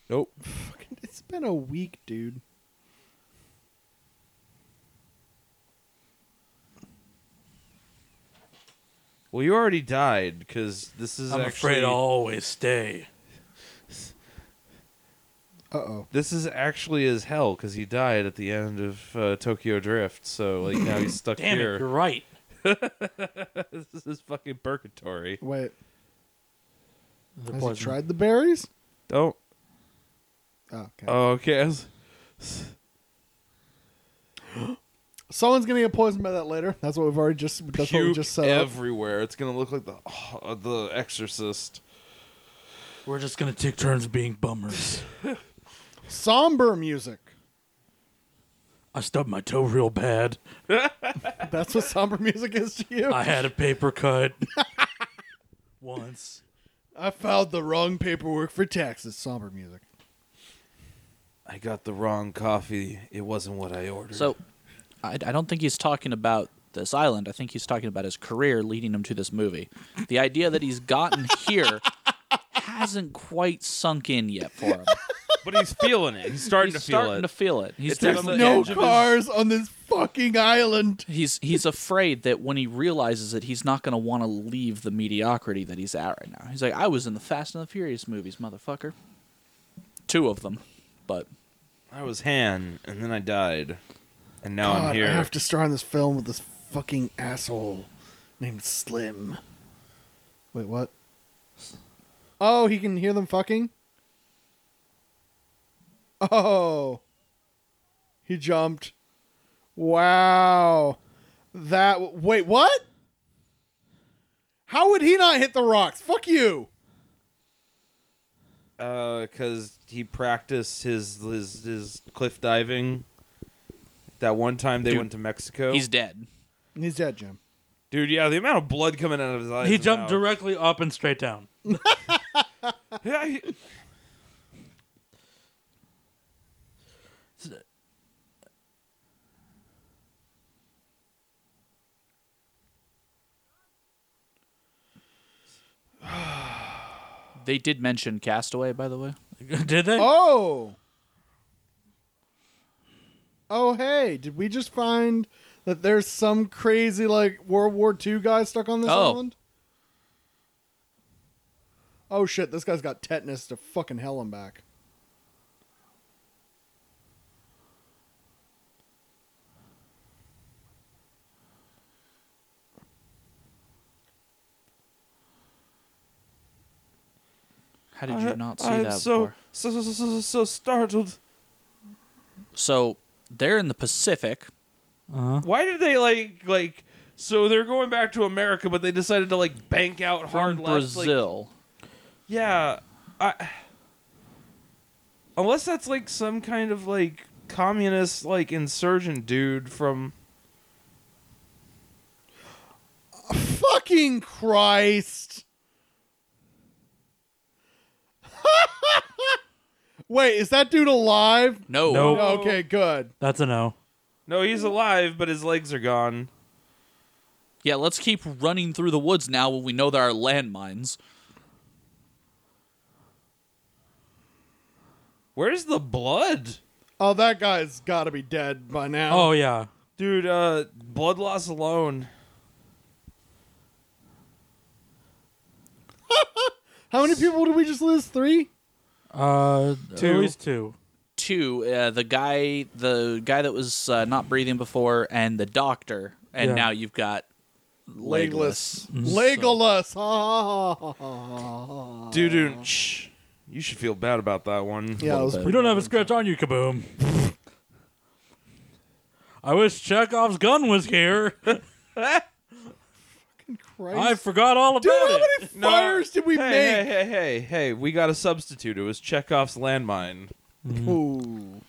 Nope. Fucking, it's been a week, dude. Well, you already died because this is I'm actually afraid I'll always stay. Uh oh. this is actually his hell because he died at the end of uh, Tokyo Drift. So like now he's stuck [coughs] Damn here. it, you're right. [laughs] this is his fucking purgatory. Wait. The Has poison. he tried the berries? Don't. Oh, okay. Oh, okay. [laughs] I was- Someone's gonna get poisoned by that later. That's what we've already just. That's what we Puke just said. everywhere. It's gonna look like the oh, the Exorcist. We're just gonna take turns being bummers. Somber music. I stubbed my toe real bad. That's what somber music is to you. I had a paper [laughs] cut once. I filed the wrong paperwork for taxes. Somber music. I got the wrong coffee. It wasn't what I ordered. so I, I don't think he's talking about this island. I think he's talking about his career leading him to this movie. The idea that he's [laughs] gotten here hasn't quite sunk in yet for him. [laughs] but he's feeling it. He's starting he's starting to feel it. He's It's like definitely- the No edge of his- cars on this fucking island. He's he's afraid that when he realizes that he's not going to want to leave the mediocrity that he's at right now. He's like, I was in the Fast and the Furious movies, motherfucker. Two of them, but I was Han, and then I died, and now God, I'm here. I have to star in this film with this fucking asshole named Slim. Wait, what? Oh, he can hear them fucking? Oh. He jumped. Wow. That. Wait, what? How would he not hit the rocks? Fuck you. because Uh, he practiced his, his his cliff diving. That one time they Dude, went to Mexico. he's dead. He's dead, Jim. Dude, yeah, the amount of blood coming out of his eyes. He and jumped mouth. directly up and straight down. [laughs] Yeah, he- They did mention Castaway, by the way. Did they? Oh. Oh, hey, did we just find that there's some crazy, like, World War II guy stuck on this Oh. island? Oh, shit, this guy's got tetanus to fucking hell him back. How did you not see I'm that so, before? So, so so so startled. So they're in the Pacific. Why did they like like? So they're going back to America, but they decided to like bank out hard From lefts, like- Brazil. yeah, I, unless that's like some kind of like communist like insurgent dude from. Fucking Christ! [laughs] Wait, is that dude alive? no. No. Okay, good. That's a no. No, he's alive, but his legs are gone. Yeah, let's keep running through the woods now when we know there are landmines. Where's the blood? Oh, that guy's gotta be dead by now. Oh yeah. Dude, uh, blood loss alone. How many people did we just lose? Three? Uh, Two. at Uh, least two. two, uh, the guy, the guy that was uh, not breathing before, and the doctor, and Yeah. now you've got legless. Legless. Legolas. Ha, ha, ha, [laughs] ha, ha, ha. Dude, shh. You should feel bad about that one. Yeah, it was bit. You pretty don't have a scratch on you, Kaboom. [laughs] I wish Chekhov's gun was here. Christ. I forgot all about Dude, how it. many fires did we hey, make? Hey, hey, hey, hey, we got a substitute. It was Chekhov's landmine. Ooh.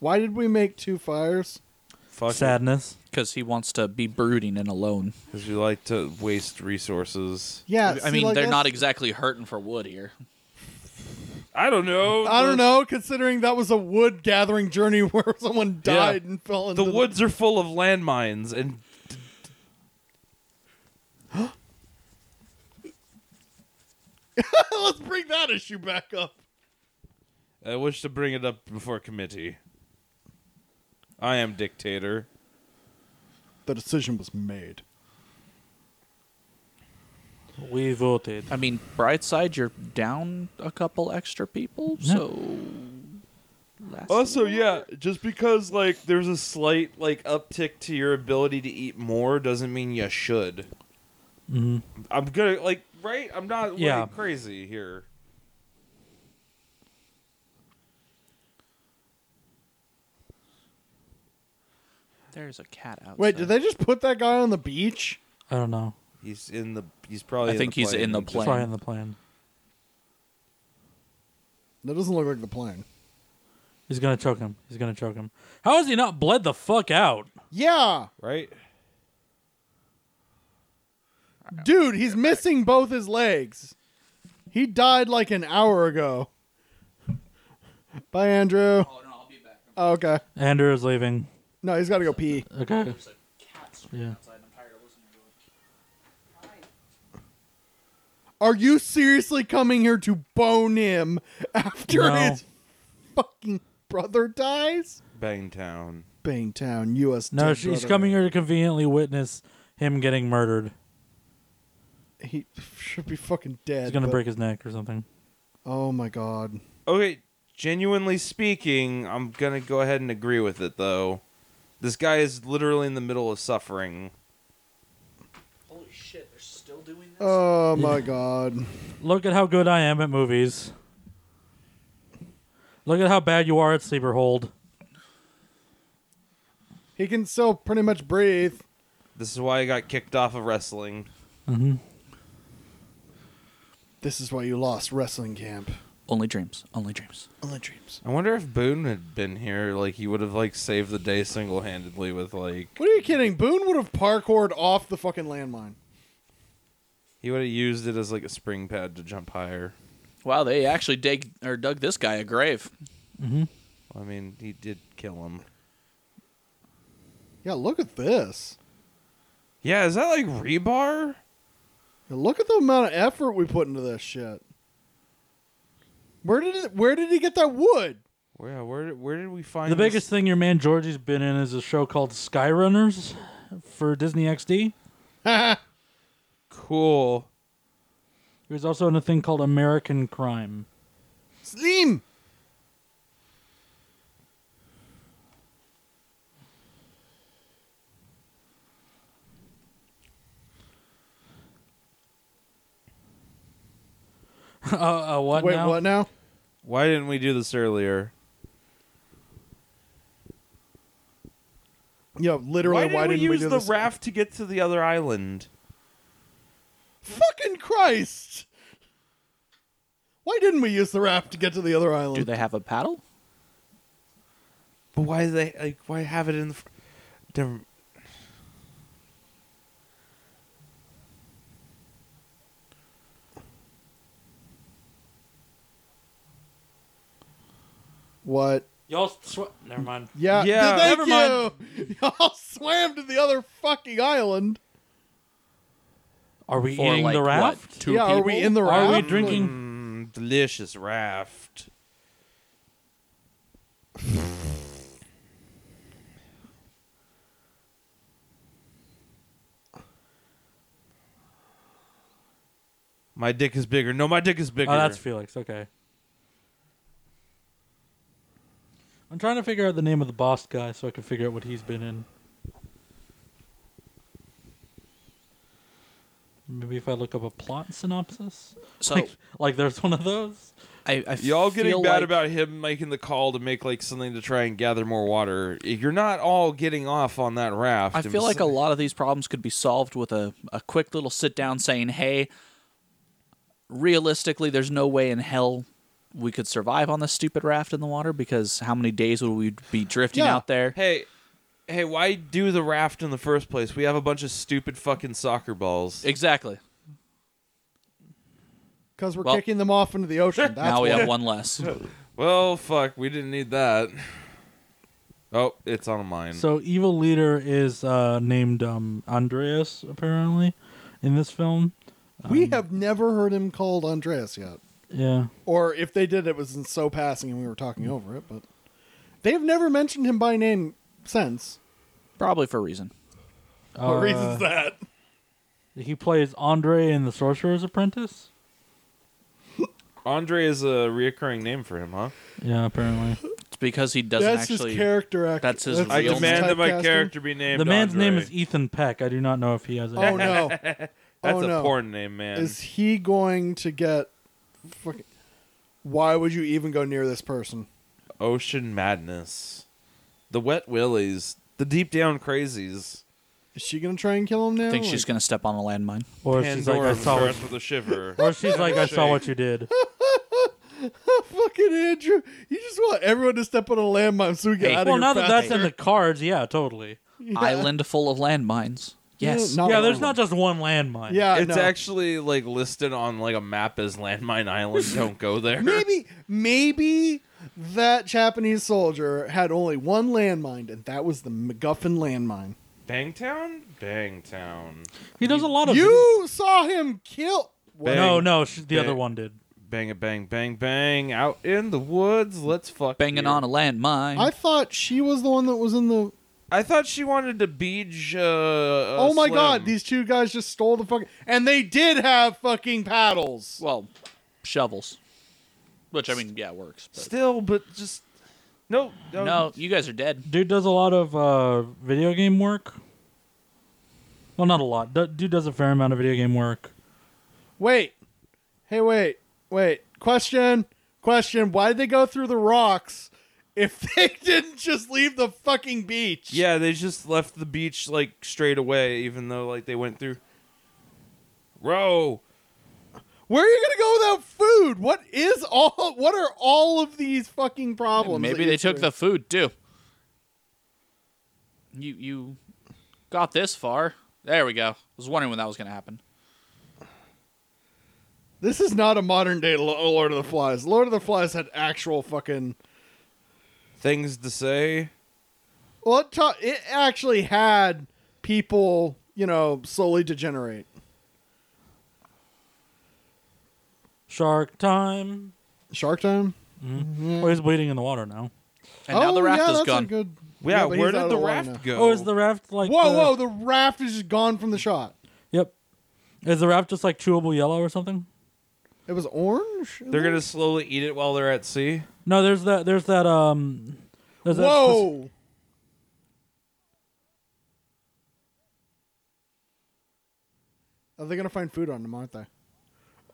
Why did we make two fires? Fuck it. Sadness. because he wants to be brooding and alone. Because we like to waste resources. Yeah, I see, mean, like they're that's- not exactly hurting for wood here. I don't know. I don't The- know, considering that was a wood gathering journey [laughs] where someone died and fell into The woods are full of landmines, and [laughs] Let's bring that issue back up. I wish to bring it up before committee. I am dictator. The decision was made. We voted. I mean, bright side, you're down a couple extra people, Yeah. so. Last Also, yeah, just because like there's a slight like uptick to your ability to eat more doesn't mean you should. Mm-hmm. Mhm. I'm gonna like right. I'm not like, Yeah. crazy here. There's a cat out. Wait, did they just put that guy on the beach? I don't know. He's in the. He's probably. I in think the he's in the plane. Plan. Trying the plan. That doesn't look like the plane. He's gonna choke him. He's gonna choke him. How has he not bled the fuck out? Yeah, Right. dude, he's missing both his legs. He died like an hour ago. Bye, Andrew. Oh, no, I'll be back. Oh, okay. Andrew is leaving. No, he's got to go pee. Okay. There's a cat Yeah. outside. I'm tired of listening to it. Are you seriously coming here to bone him after No. his fucking brother dies? Bangtown. Bangtown, U.S. No, dead she's brother. coming here to conveniently witness him getting murdered. He should be fucking dead. He's gonna but- break his neck or something. Oh my god. Okay. Genuinely speaking, I'm gonna go ahead and agree with it though. This guy is literally in the middle of suffering. Holy shit, they're still doing this? Oh my god. Look at how good I am at movies. Look at how bad you are at sleeper hold. He can still pretty much breathe. This is why I got kicked off of wrestling. This is why you lost wrestling camp. Only dreams. Only dreams. Only dreams. I wonder if Boone had been here, like he would have like saved the day single handedly with like What are you kidding? Boone would have parkoured off the fucking landmine. he would have used it as like a spring pad to jump higher. Wow, they actually dig or dug this guy a grave. I mean, he did kill him. Yeah, look at this. Yeah, is that like rebar? Yeah, Look at the amount of effort we put into this shit. Where did it, where did he get that wood? Where where did- where did we find The this- biggest thing your man Georgie's been in is a show called Skyrunners for Disney XD. Cool. He was also in a thing called American Crime. Slim. [laughs] uh, uh, what Wait, now? what now? Why didn't we do this earlier? Yeah, literally. Why, didn't we use do the this? raft to get to the other island? Fucking Christ! Why didn't we use the raft to get to the other island? Do they have a paddle? But why do they like why have it in the? Fr- Never- What? Y'all sw- never mind. Yeah. Yeah. Thank Never you. [laughs] Y'all swam to the other fucking island. Are we eating like, the raft? What, two yeah. Are we people? in the Are raft? we drinking? Mm, delicious raft. My dick is bigger. No, my dick is bigger. Oh, that's Felix. Okay. I'm trying to figure out the name of the boss guy so I can figure out what he's been in. Maybe if I look up a plot synopsis, Oh. So like, like there's one of those. I, I Y'all feel getting bad like- about him making the call to make like something to try and gather more water. You're not all getting off on that raft. I I'm feel like a so- lot of these problems could be solved with a, a quick little sit down saying, hey, realistically, there's no way in hell we could survive on this stupid raft in the water because how many days would we be drifting Yeah. out there? Hey, hey, why do the raft in the first place? We have a bunch of stupid fucking soccer balls. Exactly. because we're Well- kicking them off into the [laughs] ocean. That's now we why. have one [laughs] less. Well, fuck, we didn't need that. Oh, it's on mine. So evil leader is uh, named um, Andreas apparently in this film. Um, We have never heard him called Andreas yet. Yeah, Or if they did, it was in so passing and we were talking over it. But they have never mentioned him by name since. Probably for a reason. Uh, what reason's that? Uh, he plays Andre in The Sorcerer's Apprentice. Andre is a reoccurring name for him, huh? Yeah, apparently. It's because he doesn't That's actually. his character act. that's his I Real demand that my typecasting. character be [laughs] named. the man's Andre. name is E- Ethan Peck. I do not know if he has a Oh [laughs] no! That's oh, a no. porn name, man. Is he going to get? Fucking, why would you even go near this person? Ocean Madness, the Wet Willies, the Deep Down Crazies. Is she gonna try and kill him now? I think she's going to step on [laughs] a landmine. Or if Oh, she's like, Pandora I saw what, starts with a shiver. or if she's like, I saw what you [laughs] did. [laughs] fucking Andrew. You just want everyone to step on a landmine so we get Hey. out of Well, here now that that's faster. in the cards, yeah, totally. [laughs] Island full of landmines. Yes. no. yeah, Oh, there's oh. not just one landmine. yeah, It's no. actually like listed on like a map as Landmine Island. [laughs] Don't go there. maybe maybe that Japanese soldier had only one landmine, and that was the MacGuffin landmine. Bangtown, Bangtown, he does a lot of You saw him kill. Bang. No, no, sh- the Bang. other one did. bang a bang bang bang out in the woods. Let's fuck Banging you. on a landmine. I thought she was the one that was in the. I thought she wanted to beach. Uh, oh my god! These two guys just stole the fucking. And they did have fucking paddles. well, shovels. Which, I mean, yeah, works. but- still, but just no, no. No, you guys are dead. Dude does a lot of uh, video game work. Well, not a lot. Du- Dude does a fair amount of video game work. Wait. Hey, wait. Wait. Question. Question. Why did they go through the rocks if [laughs] they didn't just leave the fucking beach? Yeah, they just left the beach like straight away, even though like they went through. Row. Where are you going to go without food? What is all what are all of these fucking problems? that Maybe you're they took the doing? food too. You you got this far. There we go. I was wondering when that was going to happen. This is not a modern day Lo- Lord of the Flies. Lord of the Flies had actual fucking Things to say. Well, it, ta- it actually had people, you know, slowly degenerate. Shark time. Shark Time? Oh, he's bleeding in the water now. And now the raft Oh, yeah, is that's gone. A good, Yeah, but he's where out did of the water raft now. go? Oh, is the raft like? Whoa, uh, whoa, the raft is just gone from the shot. Yep. Is the raft just like chewable yellow or something? It was orange? They're gonna slowly eat it while they're at sea. No, there's that. There's that. Um. There's that spec- Whoa! Are they Oh, gonna find food on them, aren't they?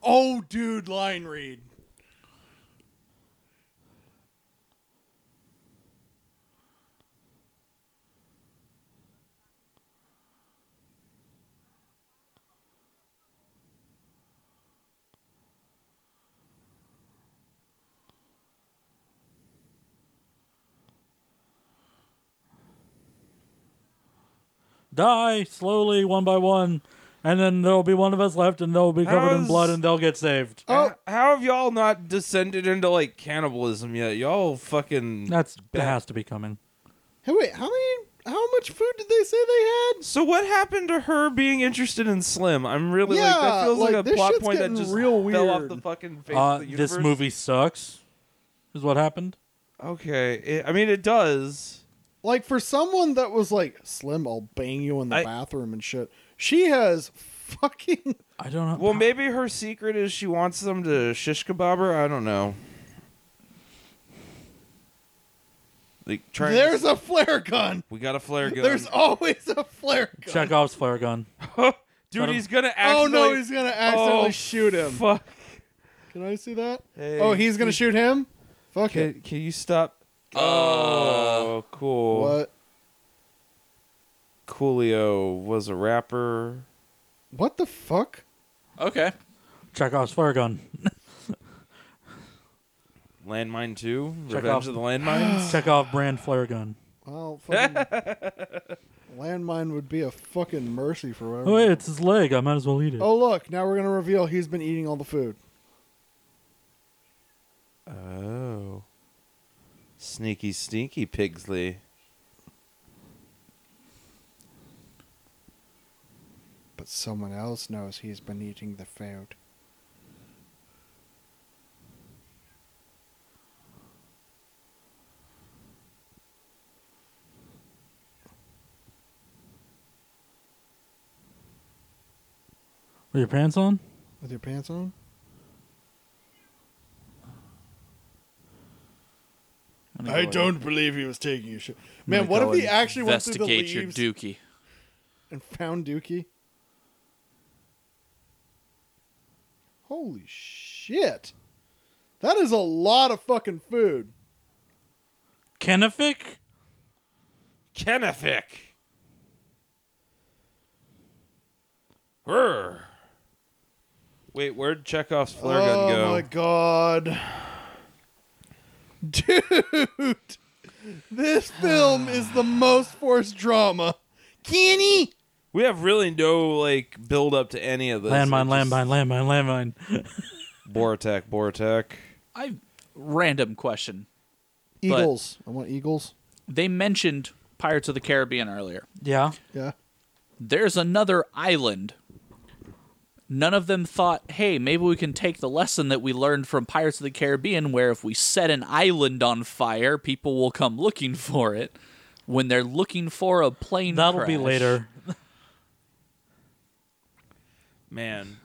Oh, dude, line read. die slowly, one by one, and then there will be one of us left, and they'll be covered in How's- blood, and they'll get saved. Oh. H- how have y'all not descended into like cannibalism yet? Y'all fucking. That's that has to be coming. Hey, wait, how many? How much food did they say they had? so what happened to her being interested in Slim? I'm really like that Yeah, feels like, like, a this plot shit's point that getting just real fell off weird. the fucking face Uh, of the universe. this movie sucks. Is what happened. Okay, it, I mean it does. Like for someone that was like slim, I'll bang you in the I- bathroom and shit. She has fucking. I don't know. Well, maybe her secret is she wants them to shish kebab [laughs] her. I don't know. Like trying. There's a flare gun. we got a flare gun. There's always a flare gun. Chekhov's flare gun. Dude, he's gonna oh accidentally. no, he's gonna accidentally Oh, shoot him. Fuck. Can I see that? Hey, oh, he's gonna can- shoot him. Fuck it. Can, can you stop? Oh, cool. What? Coolio was a rapper. What the fuck? Okay. Chekhov's flare gun. Landmine 2, Check Revenge off. of [gasps] the Landmines. Chekhov brand flare gun. Well, [laughs] fucking landmine would be a fucking mercy for Oh, wait, everyone. it's his leg. I might as well eat it. Oh look, now we're gonna reveal he's been eating all the food. oh. Sneaky, sneaky Pigsley. But someone else knows he's been eating the food. With your pants on? With your pants on? I'm gonna I go don't believe he was taking a shit. I'm gonna Man, what go if he and actually went through the investigate leaves your dookie? and found Dookie? Holy shit. That is a lot of fucking food. Kennefic? Kennefic. Her. Wait, where'd Chekhov's flare oh gun go? my god. [laughs] Dude. This film is the most forced drama. Kenny! We have really no like build up to any of this. Landmine, It just- landmine, landmine, landmine. Boratak, Boratak. I random question. Eagles. I want Eagles. They mentioned Pirates of the Caribbean earlier. Yeah. Yeah. There's another island. None of them thought, "Hey, maybe we can take the lesson that we learned from Pirates of the Caribbean where if we set an island on fire, people will come looking [laughs] for it." When they're looking for a plane That'll be crash." later. Man.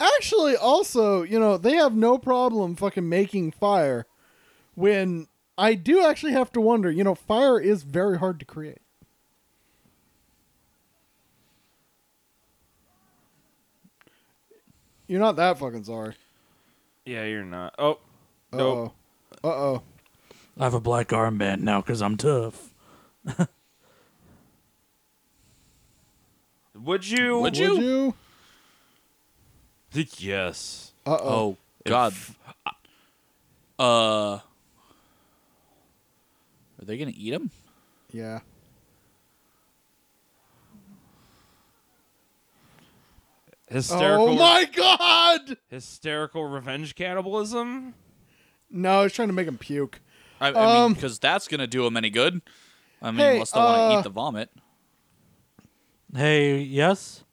Actually, also, you know, they have no problem fucking making fire when I do actually have to wonder, you know, fire is very hard to create. You're not that fucking sorry. Yeah, you're not. Oh. Uh Nope. oh. Uh oh. I have a black armband now because I'm tough. Would you? Would Would you? Yes. Uh oh. Oh God. Uh, are they gonna eat him? Yeah. Hysterical. Oh my god! Hysterical revenge cannibalism. No, he's trying to make him puke. I, I mean, Um, because that's gonna do him any good. I mean, hey, unless they want to uh, eat the vomit. Hey, yes?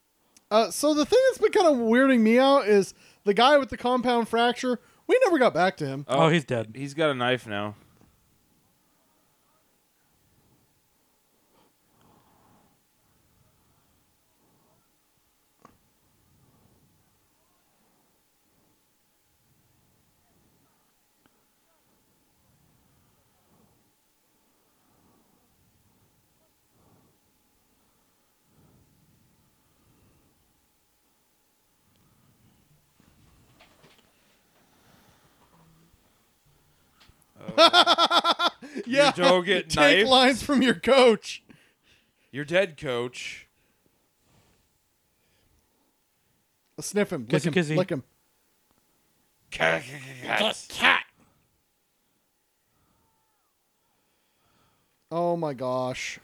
Uh, so the thing that's been kind of weirding me out is the guy with the compound fracture. We never got back to him. Oh, he's dead. He's got a knife now. Yeah, You don't [laughs] get take knifed. lines from your coach. You're dead, [laughs] coach. Sniff him, Kissy, lick him, kissy. lick him. Oh my gosh,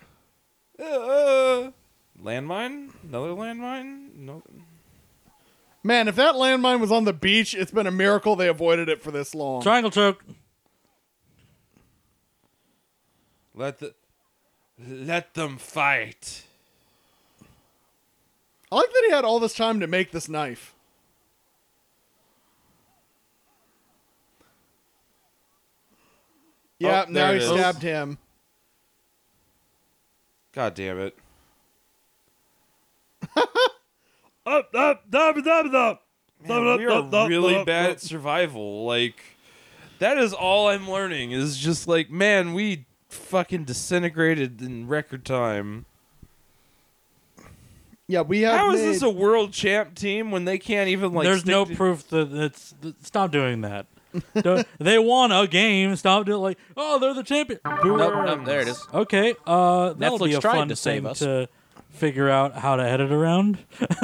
Uh, landmine? Another landmine? No. man! If that landmine was on the beach, it's been a miracle they avoided it for this long. Triangle choke. Let the let them fight. I like that he had all this time to make this knife. Yeah, Oh, now there he it is. stabbed him. God damn it. [laughs] up, up, up, up, up. Man, we are really bad at survival. Like That is all I'm learning is just like, man, we fucking disintegrated in record time. Yeah, we have. How is made- this a world champ team when they can't even like? There's stick no to- proof that it's. th- Stop doing that. [laughs] Don't- they won a game. Stop doing like, oh, they're the champion. Who Nope, are- nope, there it is. Okay, uh, that'll Netflix be a tried fun to save thing us. to figure out how to edit around. [laughs]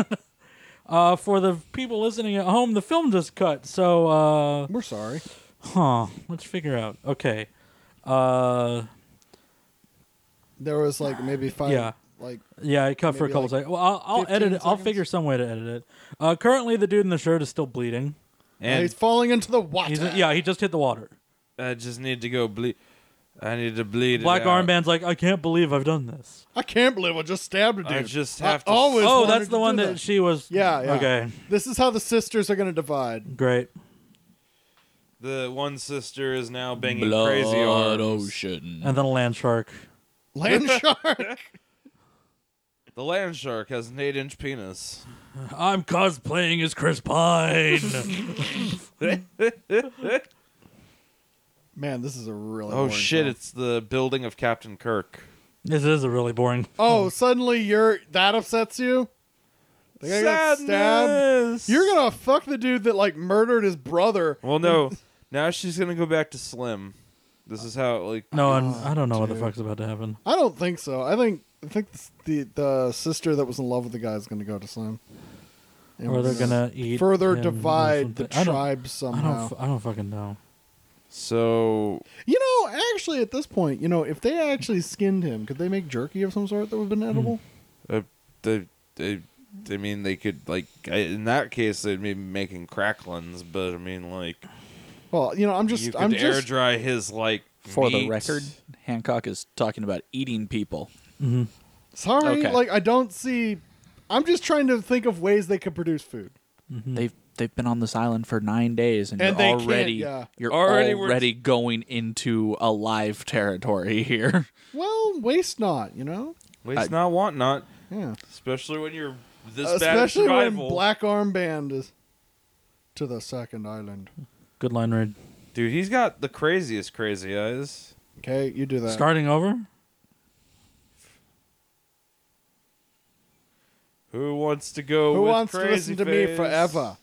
uh, for the people listening at home, the film just cut, so uh, We're sorry. huh? Let's figure out. Okay, uh, There was like maybe five. Yeah. Like yeah, it cut for a Maybe couple like seconds. Well, I'll, I'll 15 edit. it. I'll seconds? figure some way to edit it. Uh, currently, the dude in the shirt is still bleeding. he's And falling into the water. He's, yeah, he just hit the water. I just need to go bleed. I need to bleed. Black it out. armband's like, I can't believe I've done this. I can't believe I just stabbed a dude. I just have to- always Oh, wanted that's to the one do that, she was. Yeah, yeah. Okay, This is how the sisters are going to [laughs] divide. great. The one sister is now banging crazy arms. oh, ocean. And then a land shark. Land shark. The land shark has an eight-inch penis. I'm cosplaying as Chris [laughs] Pine. Man, this is a really. Oh boring shit! film. It's the building of Captain Kirk. this is a really boring. Oh, suddenly you're that upsets you. The guy got stabbed. Sadness! You're gonna fuck the dude that like murdered his brother. [laughs] Well, no. now she's gonna go back to Slim. This is how like No, and I don't know what the Ah, dude. fuck's about to happen. I don't think so. I think I think the the sister that was in love with the guy is gonna go to Slim. And Or we're they're gonna eat. further him or divide the something. I don't- tribe I somehow. don't. f- I don't fucking know. so. you know, actually, at this point, you know, if they actually skinned him, could they make jerky of some sort that would have been edible? Uh, they, they, I mean, they could like I- in that case they'd be making cracklins, but I mean like Well, you know, I'm just, you could I'm air just, dry his like For the meat. record, Hancock is talking about eating people. sorry, Okay. like I don't see. I'm just trying to think of ways they could produce food. They've they've been on this island for nine days, and, And you're they can't- already yeah. you're Already already, we're- going into a live territory [laughs] here. Well, waste not, you know. Waste I- not, want not, Yeah. especially when you're this bad at Especially when survival. Black Armband is to the second island. Good line read. Dude, he's got the craziest crazy eyes. Okay, you do that. Starting over. Who wants to go? Who with wants to crazy listen to me face? forever?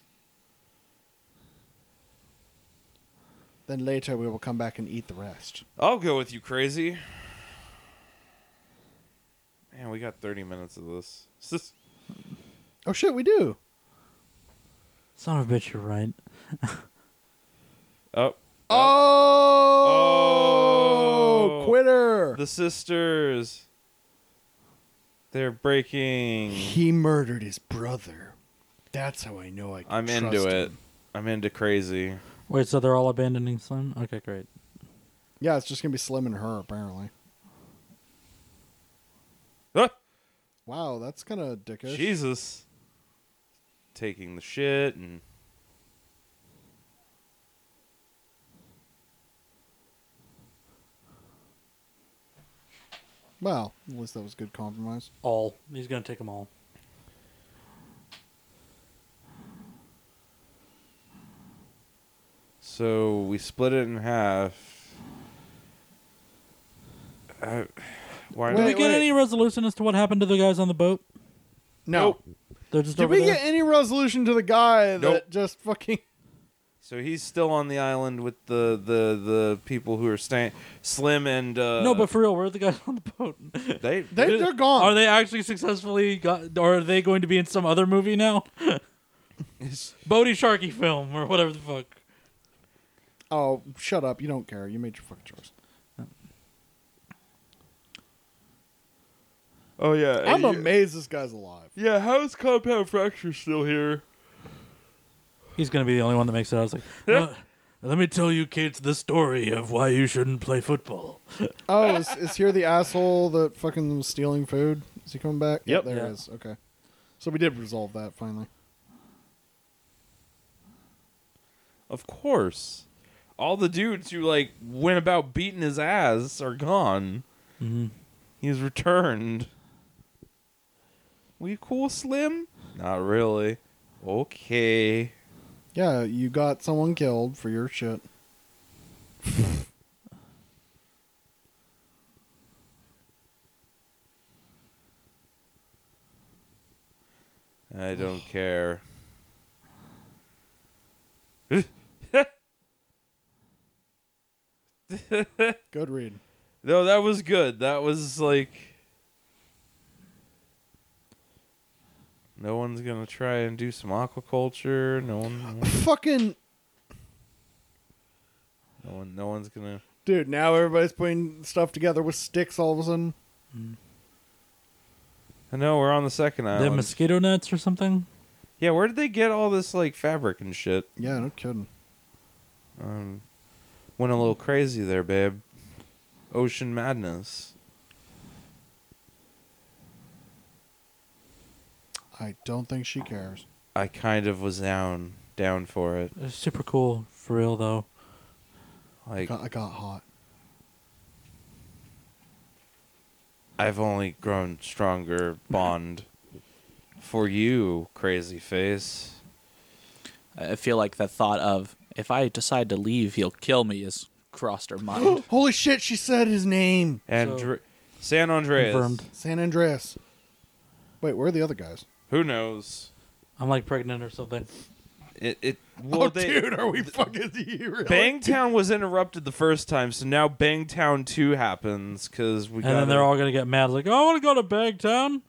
Then later we will come back and eat the rest. I'll go with you, crazy. Man, we got 30 minutes of this. [laughs] This is- Oh shit, we do. Son of a bitch, you're right. Oh, Oh, Oh. quitter. [laughs] the sisters. They're [laughs] breaking. he murdered his brother. That's how I know I can I'm trust into it. him. I'm into crazy. [laughs] Wait, so they're all abandoning Slim? Okay, great. Yeah, it's just going to be Slim and her apparently. Ah, Wow, that's kind of dickish. Jesus. Taking the shit and. Well, at least that was good compromise. All. He's gonna take them all. So we split it in half. Uh, why Did not? we Wait, get wait. any resolution as to what happened to the guys on the boat? No. Nope. They're just Did over we there. get any resolution to the guy that Nope. just fucking So he's still on the island with the the, the people who are staying. Slim and uh, no, but for real, where are the guys [laughs] on the boat? they [laughs] they, Did- they're gone? Are they actually successfully got, or are they going to be in some other movie now? [laughs] Bodie Sharkey film or whatever the fuck. Oh, shut up! You don't care. You made your fucking choice. [laughs] Oh yeah, I'm amazed this guy's alive. Yeah, how is compound fracture still here? He's gonna be the only one that makes it. I was like, "Uh, let me tell you, kids, the story of why you shouldn't play football. Oh, is, is here the asshole that fucking was stealing food? Is he coming back? Yep. there Yeah. he is. Okay, so we did resolve that finally. Of course, all the dudes who like went about beating his ass are gone. Mm-hmm. He's returned. We cool, Slim? Not really. Okay. Yeah, you got someone killed for your shit. I don't care. Good read. No, that was good. That was like. No one's gonna try and do some aquaculture. No one, Fucking no one, no one's gonna. dude, now everybody's putting stuff together with sticks all of a sudden. I know we're on the second They have island. mosquito nets or something. yeah, where did they get all this like fabric and shit? Yeah, no kidding. Um, went a little crazy there, babe. Ocean madness. I don't think she cares. I kind of was down, down for it. It's super cool for real though. I Like got, I got hot. I've only grown stronger bond for you, crazy face. I I feel like the thought of if I decide to leave, he'll kill me is [gasps] crossed her mind. Holy shit, she said his name. And So- San Andreas. Confirmed. San Andreas. Wait, where are the other guys? Who knows? I'm like pregnant or something. It. [laughs] it well, oh, they, dude, are we fucking [laughs] you really? Bangtown was interrupted the first time, so now Bangtown Two happens because we. And then they're all gonna get mad, like, "Oh, I want to go to Bagtown,"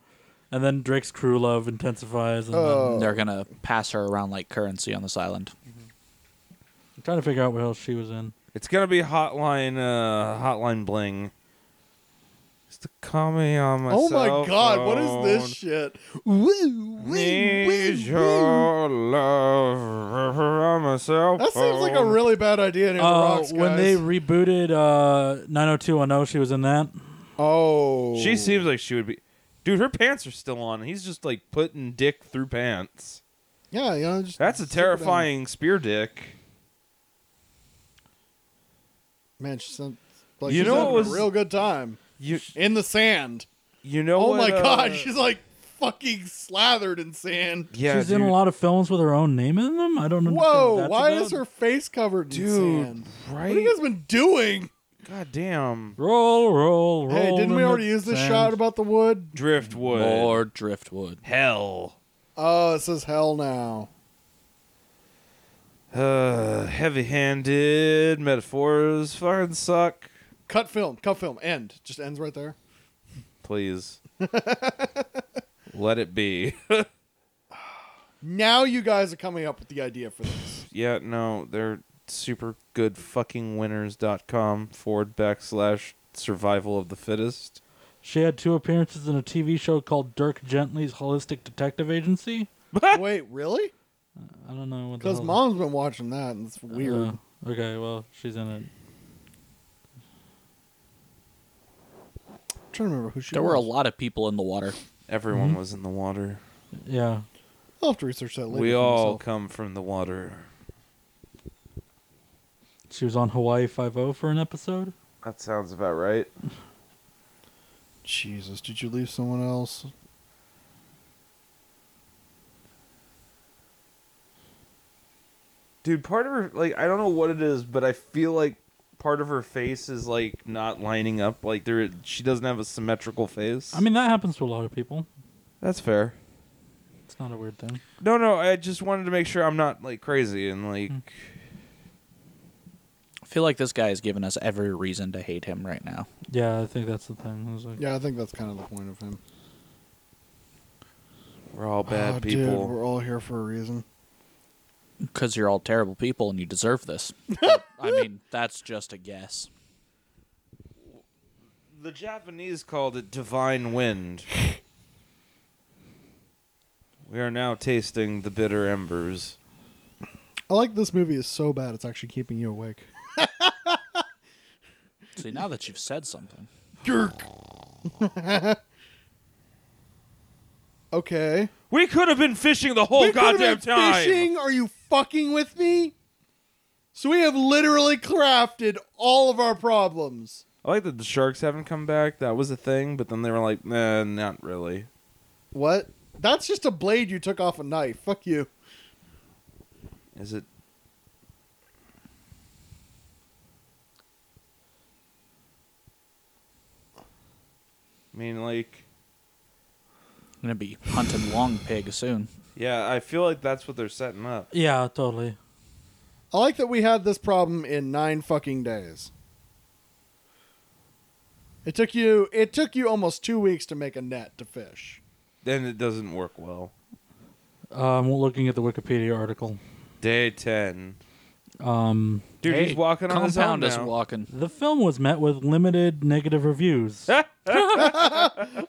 and then Drake's crew love intensifies. And then Oh. They're gonna pass her around like currency on this island. I'm trying to figure out what else she was in. It's gonna be Hotline. Uh, hotline Bling. Just to call me on my. Oh my cell god, what is this phone. shit? Woo, woo, Need woo, woo. your love on my cell That seems like a phone. really bad idea. Near the Oh, rocks, when guys. they rebooted uh, 90210, she was in that. oh, She seems like she would be. Dude, her pants are still on. He's just like putting dick through pants. yeah, you know, just That's a sit down. terrifying spear dick. man. She sounds like You she's know what having was- a real good time You in the sand. you know oh what, my uh, god, [laughs] she's like fucking slathered in sand. yeah, She's dude, in a lot of films with her own name in them. I don't know. Whoa, why is her face covered in Dude, sand? What have right? you guys been doing? God damn. Roll, roll, roll. Hey, didn't we in already the use this sand. shot about the wood? Driftwood. More driftwood. Hell. Oh, it says hell now. Uh, heavy-handed metaphors fucking suck. Cut film, cut film, end. Just ends right there. [laughs] Please. Let it be. [laughs] Now you guys are coming up with the idea for [laughs] this. yeah, no, they're super good fucking winners.com forward backslash survival of the fittest. She had two appearances in a TV show called Dirk Gently's Holistic Detective Agency. Wait, really? I don't know what the Because hell- mom's been watching that, and it's weird. Oh, okay, well, she's in it. I'm trying to remember who she. There were a was. lot of people in the water. Mm-hmm. Everyone was in the water. Yeah. I'll have to research that later. we for all myself. come from the water. She was on Hawaii Five O for an episode. That sounds about right. Jesus, did you leave someone else? Dude, part of her like I don't know what it is, but I feel like part of her face is like not lining up. Like there she doesn't have a symmetrical face. I mean, that happens to a lot of people. that's fair. It's not a weird thing. No, no, I just wanted to make sure I'm not like crazy and like I feel like this guy is giving us every reason to hate him right now. Yeah, I think that's the thing. I was like, Yeah, I think that's kind of the point of him. we're all bad Oh, people. Dude, we're all here for a reason. Because you're all terrible people and you [laughs] deserve this. I mean, that's just a guess. The Japanese called it divine [laughs] wind. we are now tasting the bitter embers. I like this movie is so bad it's actually keeping you awake. See, now that you've said something, [laughs] Okay. We could have been fishing the whole we could've Oh, goddamn been time. Fishing? Are you fucking with me? So we have literally crafted all of our problems. I like that the sharks haven't come back. That was a thing, but then they were like, "Nah, not really." What? That's just a blade you took off a knife. Fuck you. Is it? I mean, like, I'm gonna be hunting long pig soon. yeah, I feel like that's what they're setting up. Yeah, totally. I like that we had this problem in nine fucking days. It took you. It took you almost two weeks to make a net to fish. Then it doesn't work well. Uh, I'm looking at the Wikipedia article. Day ten, Um, dude, he's walking on his own Compound now. is walking. the film was met with limited negative reviews. I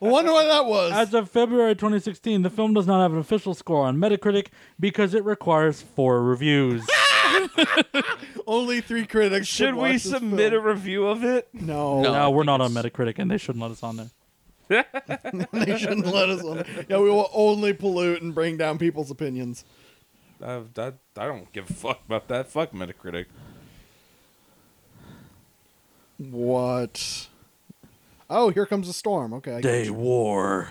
wonder why that was. As of February 2016, the film does not have an official score on Metacritic because it requires four reviews. Only three critics. Should we submit a review of it? a? No, [laughs] No. no, I we're think not on it's- Metacritic, and they shouldn't let us on there. they shouldn't [laughs] let us. On. Yeah, we will only pollute and bring down people's opinions. I, that, I don't give a fuck about that. Fuck Metacritic. What? Oh, here comes a storm. Okay. I get you. war.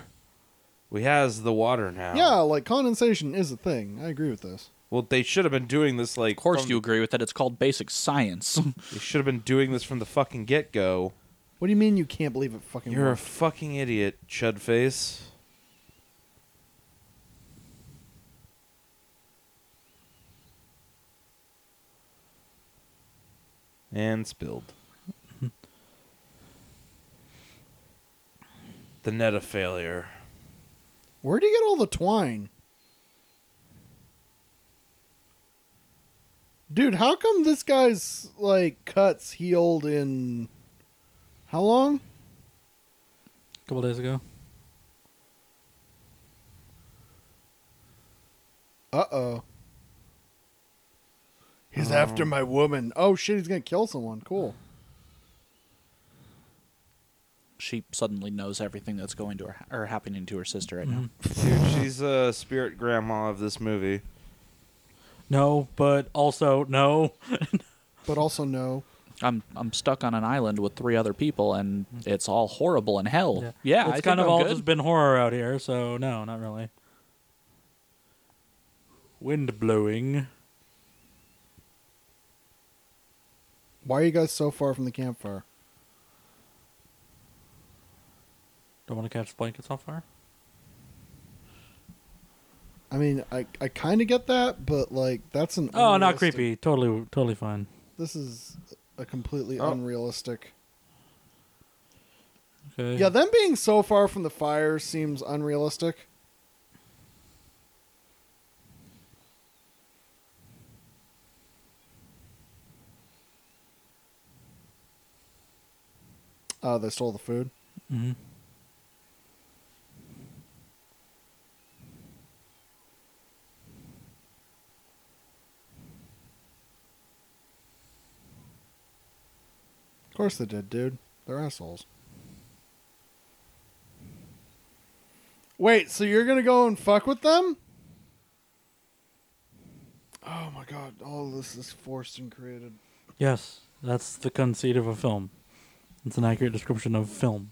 We has the water now. Yeah, like condensation is a thing. I agree with this. Well, they should have been doing this like. Of course, from- you agree with that. It's called basic science. [laughs] They should have been doing this from the fucking get go. What do you mean you can't believe it? Fucking. You're a worked? fucking idiot, Chudface. And [laughs] spilled. the net of failure. Where do you get all the twine? Dude, how come this guy's like cuts healed in how long? A couple days ago. Uh oh. He's after my woman. Oh shit, he's gonna kill someone. Cool. she suddenly knows everything that's going to her or happening to her sister right now. Dude, she's a spirit grandma of this movie. No, but also no. But also no. I'm I'm stuck on an island with three other people, and it's all horrible in hell. Yeah, I it's think kind of I'm all good. just been horror out here, so no, not really. Wind blowing. Why are you guys so far from the campfire? Don't want to catch blankets on fire. I mean, I I kinda get that, but like that's an Oh, not unrealistic- creepy. Totally, totally fine. This is a completely Oh. unrealistic Okay. Yeah, them being so far from the fire seems unrealistic. Oh, they stole the food. hmm Of course they did, dude. They're assholes. Wait, so you're gonna go and fuck with them? Oh my god, all of this is forced and created. Yes, that's the conceit of a film. It's an accurate description of film.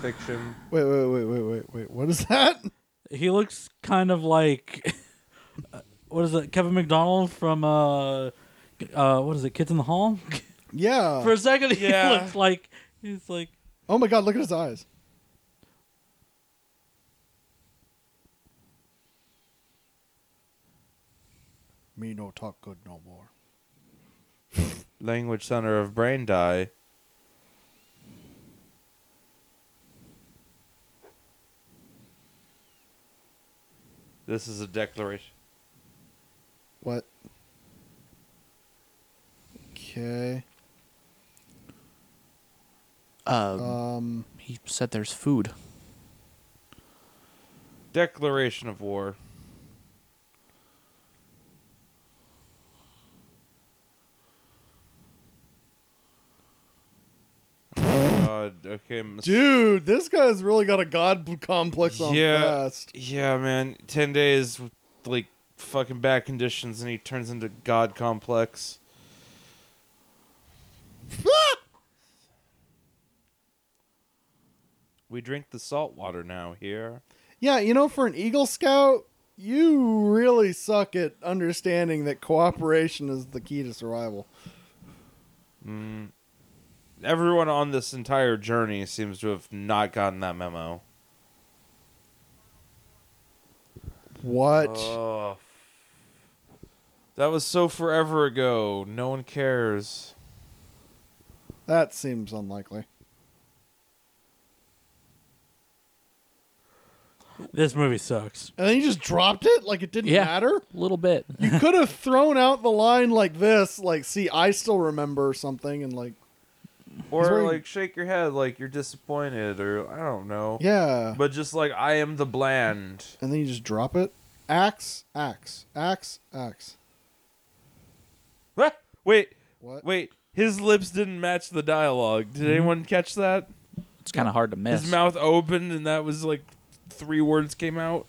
Fiction. Wait, wait, wait, wait, wait, wait. What is that? He looks kind of like [laughs] what is it? Kevin McDonald from uh, uh, what is it? Kids in the Hall. [laughs] Oh. Yeah. For a second, he Yeah. looks like he's like Oh my god, look at his eyes. Me no talk good no more. Language center of brain die. This is a declaration. What? Okay. Um, uh, Um he said there's food. Declaration of war. Oh, God. Okay, Mr. dude, this guy's really got a god complex on Yeah. fast. Yeah, man. Ten days, with, like fucking bad conditions, and he turns into God complex. we drink the salt water now here. Yeah, you know for an Eagle Scout, you really suck at understanding that cooperation is the key to survival. Mm. everyone on this entire journey seems to have not gotten that memo. What? Oh. that was so forever ago. No one cares. that seems unlikely. This movie sucks. And then you just dropped it like it didn't Yeah. matter. A little bit. You could have thrown out the line like this, like, "See, I still remember something," and like, Or He's wearing- like shake your head like you're disappointed or I don't know. yeah. But just like I am the bland. and then you just drop it. Axe, axe, axe, axe. Ah, wait, What? wait. His lips didn't match the dialogue. Mm-hmm. Did anyone catch that? It's kind of hard to miss. His mouth opened and that was like three words came out.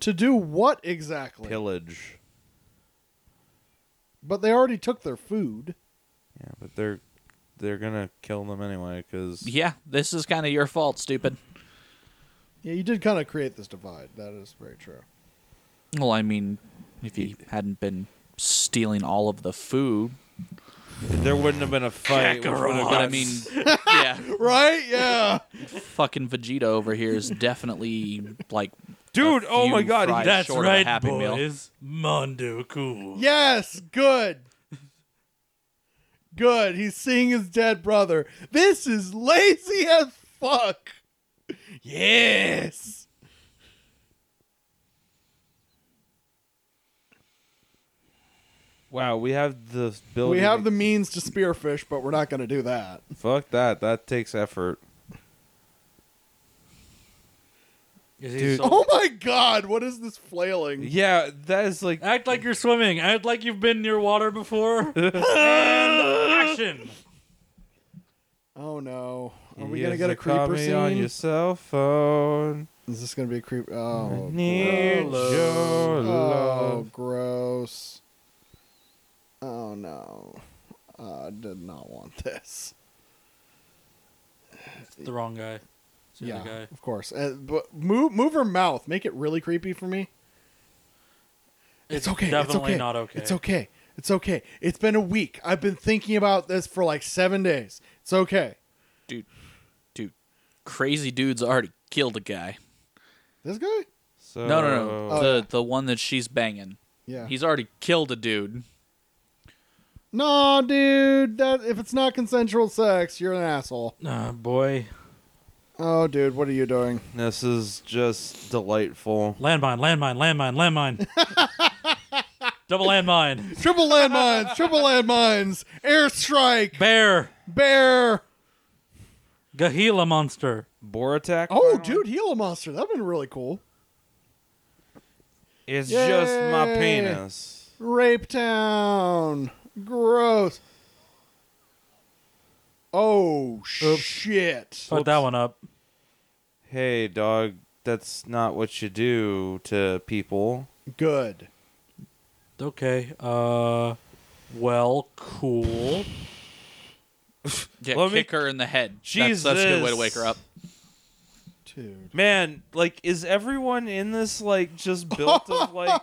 To do what exactly? Pillage. But they already took their food. Yeah, but they're they're gonna kill them anyway because Yeah, this is kind of your fault, stupid. Yeah, you did kind of create this divide. That is very true. Well, I mean, if he hadn't been stealing all of the food, there wouldn't have been a fight. which would've Kakarot, got I mean, yeah, Right? [laughs] Yeah. fucking Vegeta over here is definitely like, Dude, a oh my few god, fries that's short of a happy meal. Mondo cool. yes. Good. Good. He's seeing his dead brother. This is lazy as fuck. Yes. Wow, we have the ability. We have to- the means to spearfish, but we're not going to do [laughs] that. Fuck that. That takes effort. Is he Dude. so- Oh my god, what is this flailing? Yeah, that is like. Act like you're swimming. Act like you've been near water before. and action. Oh no. Are You we going to used get a call creeper me scene? on your cell phone. Is this going to be a creep? Oh. Need Hello. your Oh, love. gross. Oh no. Uh, I did not want this. The wrong guy. It's the yeah, other guy. of course. Uh, but move, move her mouth. Make it really creepy for me. It's, okay. Definitely it's okay. not okay. It's okay. It's okay. It's been a week. I've been thinking about this for like seven days. It's okay. dude, dude, crazy dude's already killed a guy. This guy? So, no, no, no, Oh, the yeah. the one that she's banging. Yeah. He's already killed a dude. no, dude. That if it's not consensual sex, you're an asshole. Ah, boy. Oh, dude, what are you doing? This is just delightful. Landmine, landmine, landmine, landmine. Double landmine. Triple landmines. triple landmines. Airstrike. Bear. Bear. Gahila monster. Boar attack? Oh, finally? dude, Gila Monster. That'd been really cool. It's just my Yay. penis. Rape Town. Gross. Oh, shit. Put that one up. Hey, dog, that's not what you do to people. Good. Okay. Uh. Well, [laughs] cool. Yeah, Let me- kick her in the head. That's, that's a good way to wake her up. Dude. Man, like, is everyone in this, like, just built of, like.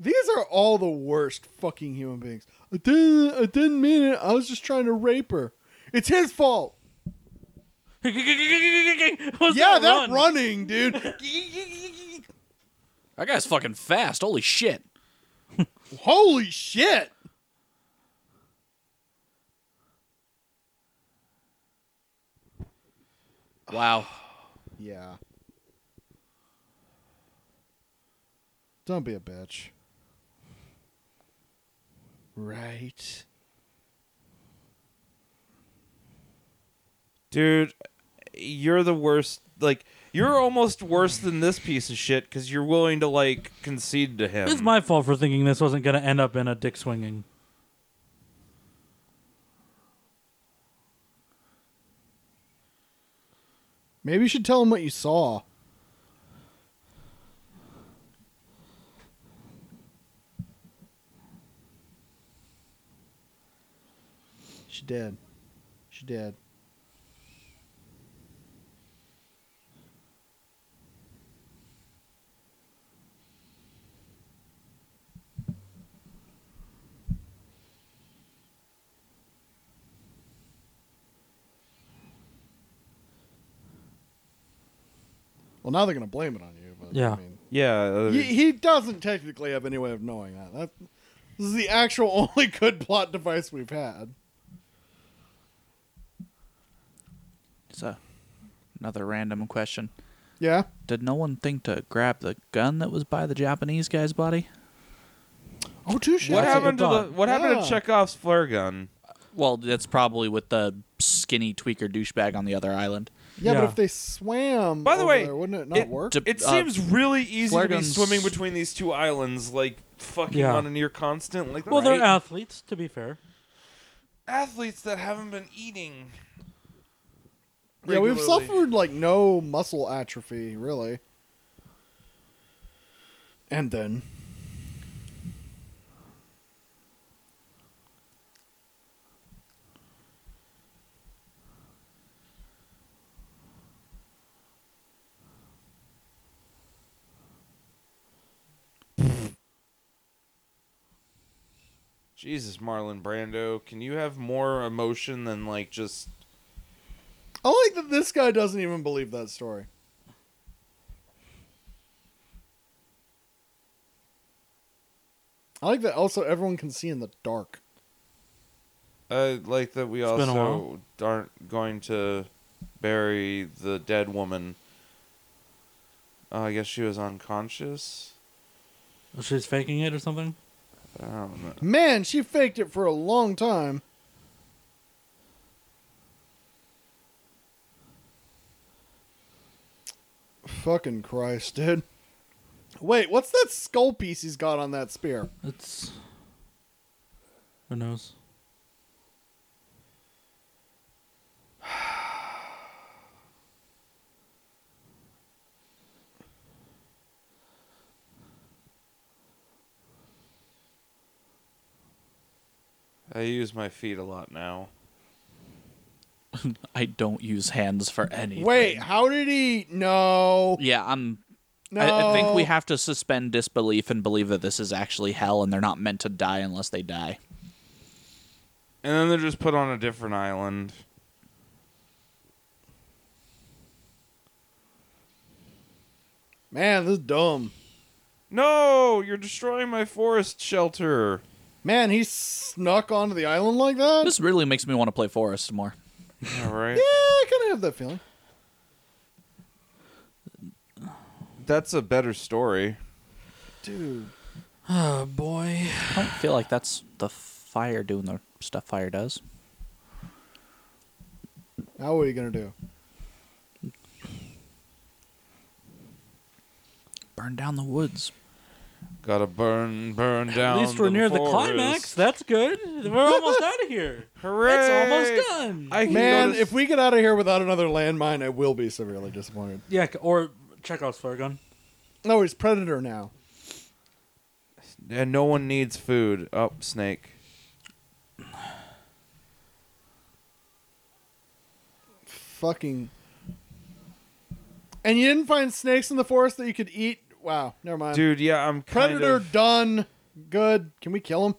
These are all the worst fucking human beings. I didn't, I didn't mean it. I was just trying to rape her. It's his fault. What's yeah, that, that run? running, dude. [laughs] That guy's fucking fast. Holy shit! Holy shit. Wow. Yeah. Don't be a bitch. Right. Dude, you're the worst. Like, you're almost worse than this piece of shit because you're willing to, like, concede to him. It's my fault for thinking this wasn't going to end up in a dick swinging. Maybe you should tell him what you saw. She did. She did. Well, now they're going to blame it on you. But, Yeah. I mean, Yeah, uh, he, he doesn't technically have any way of knowing that. that. This is the actual [laughs] only good plot device we've had. So, another random question. Yeah. Did no one think to grab the gun that was by the Japanese guy's body? Oh, too shit. what That's happened to what I the thought. what happened Yeah. to Chekhov's flare gun? Well, that's probably with the skinny tweaker douchebag on the other island. Yeah, but Yeah. if they swam, By the over way, there, wouldn't it not it- work? Dep- It uh, seems really easy flare to be guns- swimming between these two islands, like fucking Yeah. on a near constant. Like, Well, right? they're athletes, to be fair. athletes that haven't been eating. yeah, we've regularly. suffered like no muscle atrophy, really. And then, Jesus, Marlon Brando, can you have more emotion than like just? I like that this guy doesn't even believe that story. I like that. Also, everyone can see in the dark. Uh, like that we been a also aren't going to bury the dead woman. Uh, I guess she was unconscious. She's faking it or something. I don't know. Man, she faked it for a long time. Fucking Christ, dude. Wait, what's that skull piece he's got on that spear? It's who knows. I use my feet a lot now. I don't use hands for anything. Wait, how did he? No, Yeah, I'm. no. I, I think we have to suspend disbelief and believe that this is actually hell and they're not meant to die unless they die. And then they're just put on a different island. Man, this is dumb. No, you're destroying my forest shelter. Man, he snuck onto the island like that. This really makes me want to play Forest more. All right. yeah, I kind of have that feeling. That's a better story. Dude, Oh boy. I don't feel like that's the fire doing the stuff fire does. now what are you gonna do? Burn down the woods. Gotta burn, burn down. At least we're near the forest. climax. That's good. We're almost out of here. Hooray! It's almost done. I can Man, go to s- if we get out of here without another landmine, I will be severely disappointed. [laughs] yeah, or Chekhov's flare gun. No, he's predator now. and no one needs food. Up, oh, snake. Fucking. And you didn't find snakes in the forest that you could eat. Wow, never mind. Dude, yeah, I'm kind Um, predator of- done. Good. Can we kill him?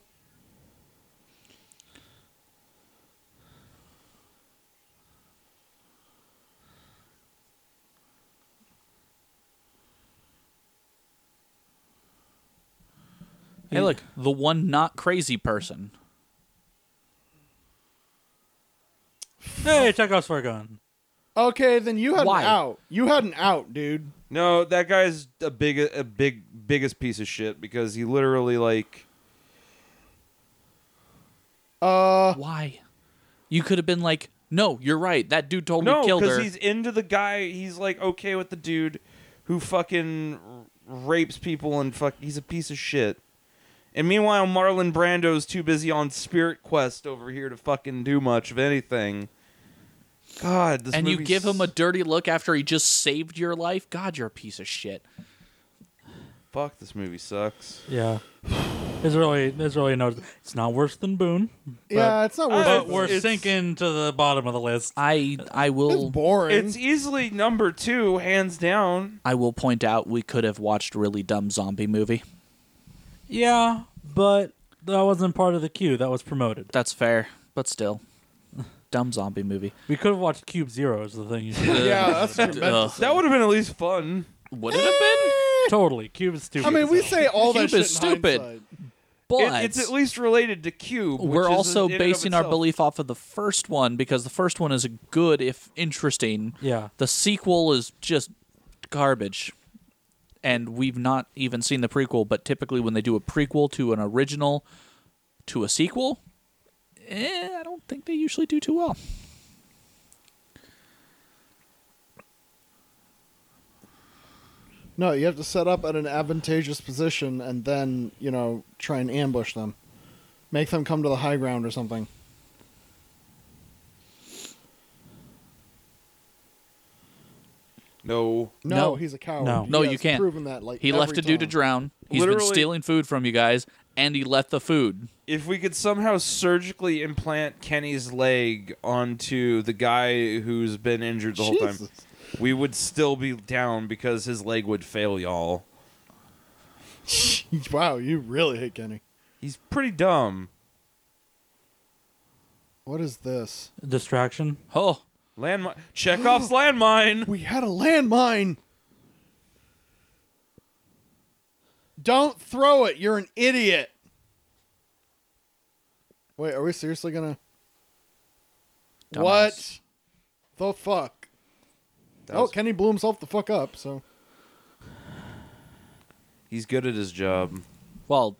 Hey, look, the one not crazy person. Hey, Chekhov's flare gun. Okay, then you had Why? an out. You had an out, dude. No, that guy's a big, a big, biggest piece of shit because he literally like. Uh, Why? You could have been like, no, you're right. That dude told me no, killed her. he's into the guy. He's like okay with the dude who fucking r- rapes people and fuck. He's a piece of shit. And meanwhile, Marlon Brando's too busy on Spirit Quest over here to fucking do much of anything. God, this and you movie's- give him a dirty look after he just saved your life. God, you're a piece of shit. fuck. This movie sucks. Yeah. It's really, it's really no. It's not worse than Boone, yeah, it's not worth Uh, but it. we're it's- sinking to the bottom of the list. I I It's will boring. It's easily number two, hands down. I will point out we could have watched really dumb zombie movie. Yeah, but that wasn't part of the queue. That was promoted. That's fair, but still. dumb [laughs] zombie movie. We could have watched Cube Zero. Is the thing you should [laughs] Yeah, that's what I meant to Ugh. say. That would have been at least fun. Would it have been? totally Cube is stupid. I mean, we as hell. say all Cube that shit is in stupid. hindsight. It- But it's at least related to Cube. which we're is also in and of basing our itself- belief off of the first one because the first one is good if interesting. yeah. The sequel is just garbage. And we've not even seen the prequel, but typically when they do a prequel to an original to a sequel, eh, I don't think they usually do too well. No, you have to set up at an advantageous position and then, you know, try and ambush them. Make them come to the high ground or something. No. No, No. he's a coward. No. He No, has you can't. Proven that like He left every a dude to time. drown. He's been Literally- stealing food from you guys, and he left the food. If we could somehow surgically implant Kenny's leg onto the guy who's been injured the whole time, Jesus. we would still be down because his leg would fail, y'all. [laughs] Wow, you really hate Kenny. He's pretty dumb. What is this? Distraction. Oh, Landmine. Chekhov's landmine. We had a landmine. Don't throw it. You're an idiot. Wait, are we seriously gonna? Dumbass. What? The fuck? That Oh, was- Kenny blew himself the fuck up. So He's good at his job. well.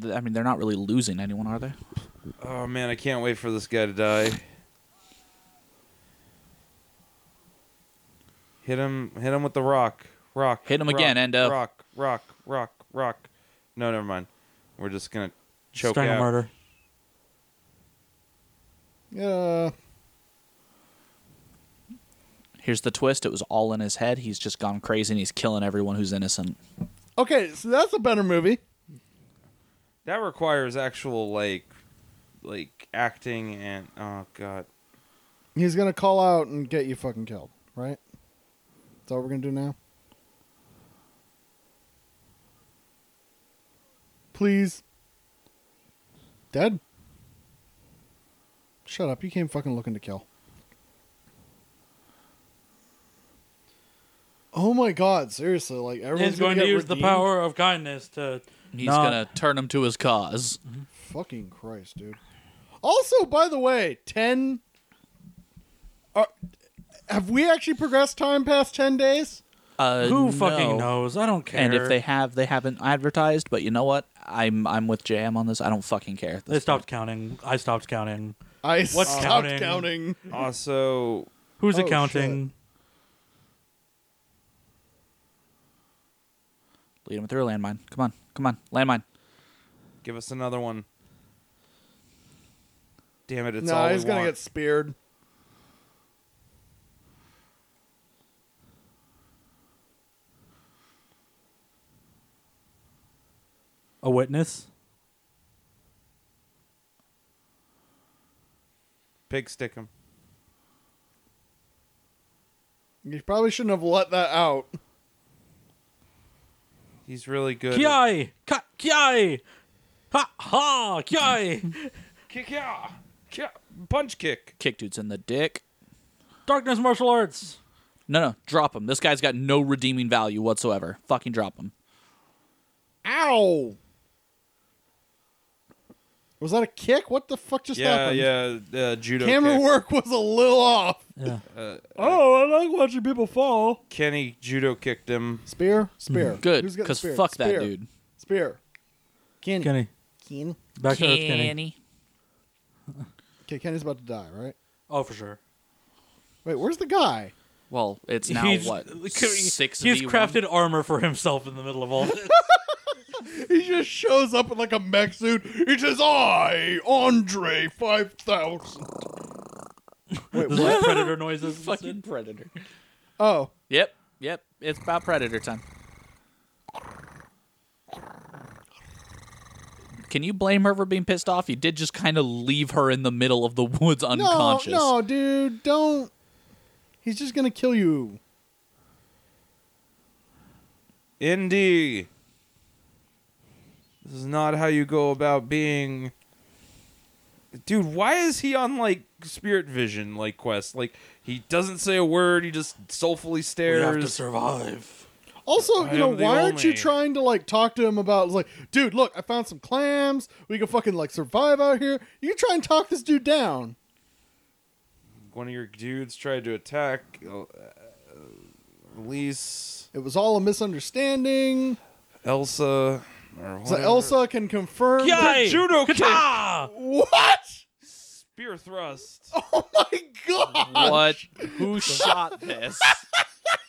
th- I mean, they're not really losing anyone, are they? Oh man, I can't wait for this guy to die. Hit him! Hit him with the rock! Rock! Hit him rock, again, Endo. Rock! Rock! Rock! Rock! No, never mind. We're just gonna choke Strangle out. murder. yeah, Here's the twist: it was all in his head. He's just gone crazy, and he's killing everyone who's innocent. okay. So that's a better movie. That requires actual like, like acting and oh [laughs] god. He's gonna call out and get you fucking killed, right? That's all we're gonna do now. Please. Dead. Shut up! You came fucking looking to kill. Oh my god! Seriously, like everyone's He's going gonna to get use the redeemed? power of kindness to. He's not- gonna turn him to his cause. Fucking Christ, dude. Also, by the way, 10. Are, have we actually progressed time past 10 days? Uh, Who no. fucking knows? I don't care. And if they have, they haven't advertised. But you know what? I'm I'm with JM on this. I don't fucking care. They stopped counting. I stopped counting. I What's stopped counting? counting. Also, Who's Oh, accounting? Lead him through a landmine. Come on, come on, landmine. give us another one. Damn it! It's all No, we he's going to want. get speared. A witness. pig stick him. You probably shouldn't have let that out. He's really good. at- Kiai. Ka- Kiai. Ha ha. Kiai. Kick yeah. Yeah. Punch kick. Kick dudes in the dick. Darkness martial arts. No, no, drop him. This guy's got no redeeming value whatsoever. Fucking drop him. Ow! Was that a kick? What the fuck just Yeah, happened? yeah. Uh, judo. Camera kick. Uh, work was a little off. Yeah. Oh, I like watching people fall. Kenny judo kicked him. Spear, spear. Good, Who's getting because speared? fuck that Spear. dude. Spear. Kenny. Kenny. Kenny. Back to Earth, Kenny. Okay, Kenny's about to die, right? Oh, for sure. Wait, where's the guy? Well, it's now he's, what six. [laughs] He's v1? crafted armor for himself in the middle of all this. He just shows up in like a mech suit. He says, "I, Andre, five thousand. Wait, There's what? like predator noises. and fucking shit. predator. Oh, Yep, yep. It's about predator time. Can you blame her for being pissed off? You did just kind of leave her in the middle of the woods no, unconscious. no, dude, don't. He's just gonna kill you. Indy. This is not how you go about being dude, why is he on like Spirit Vision like quest? Like he doesn't say a word. He just soulfully stares. survive. Also, I you know, am the why aren't you only- trying to like talk to him about like, dude, look, I found some clams. We can fucking like survive out here. You can try and talk this dude down. One of your dudes tried to attack uh, Elise, It was all a misunderstanding. Elsa, or So whatever. Elsa can confirm. Yeah. The judo kick. Kata! What? Spear thrust. Oh my god! What? [laughs] Who shot this?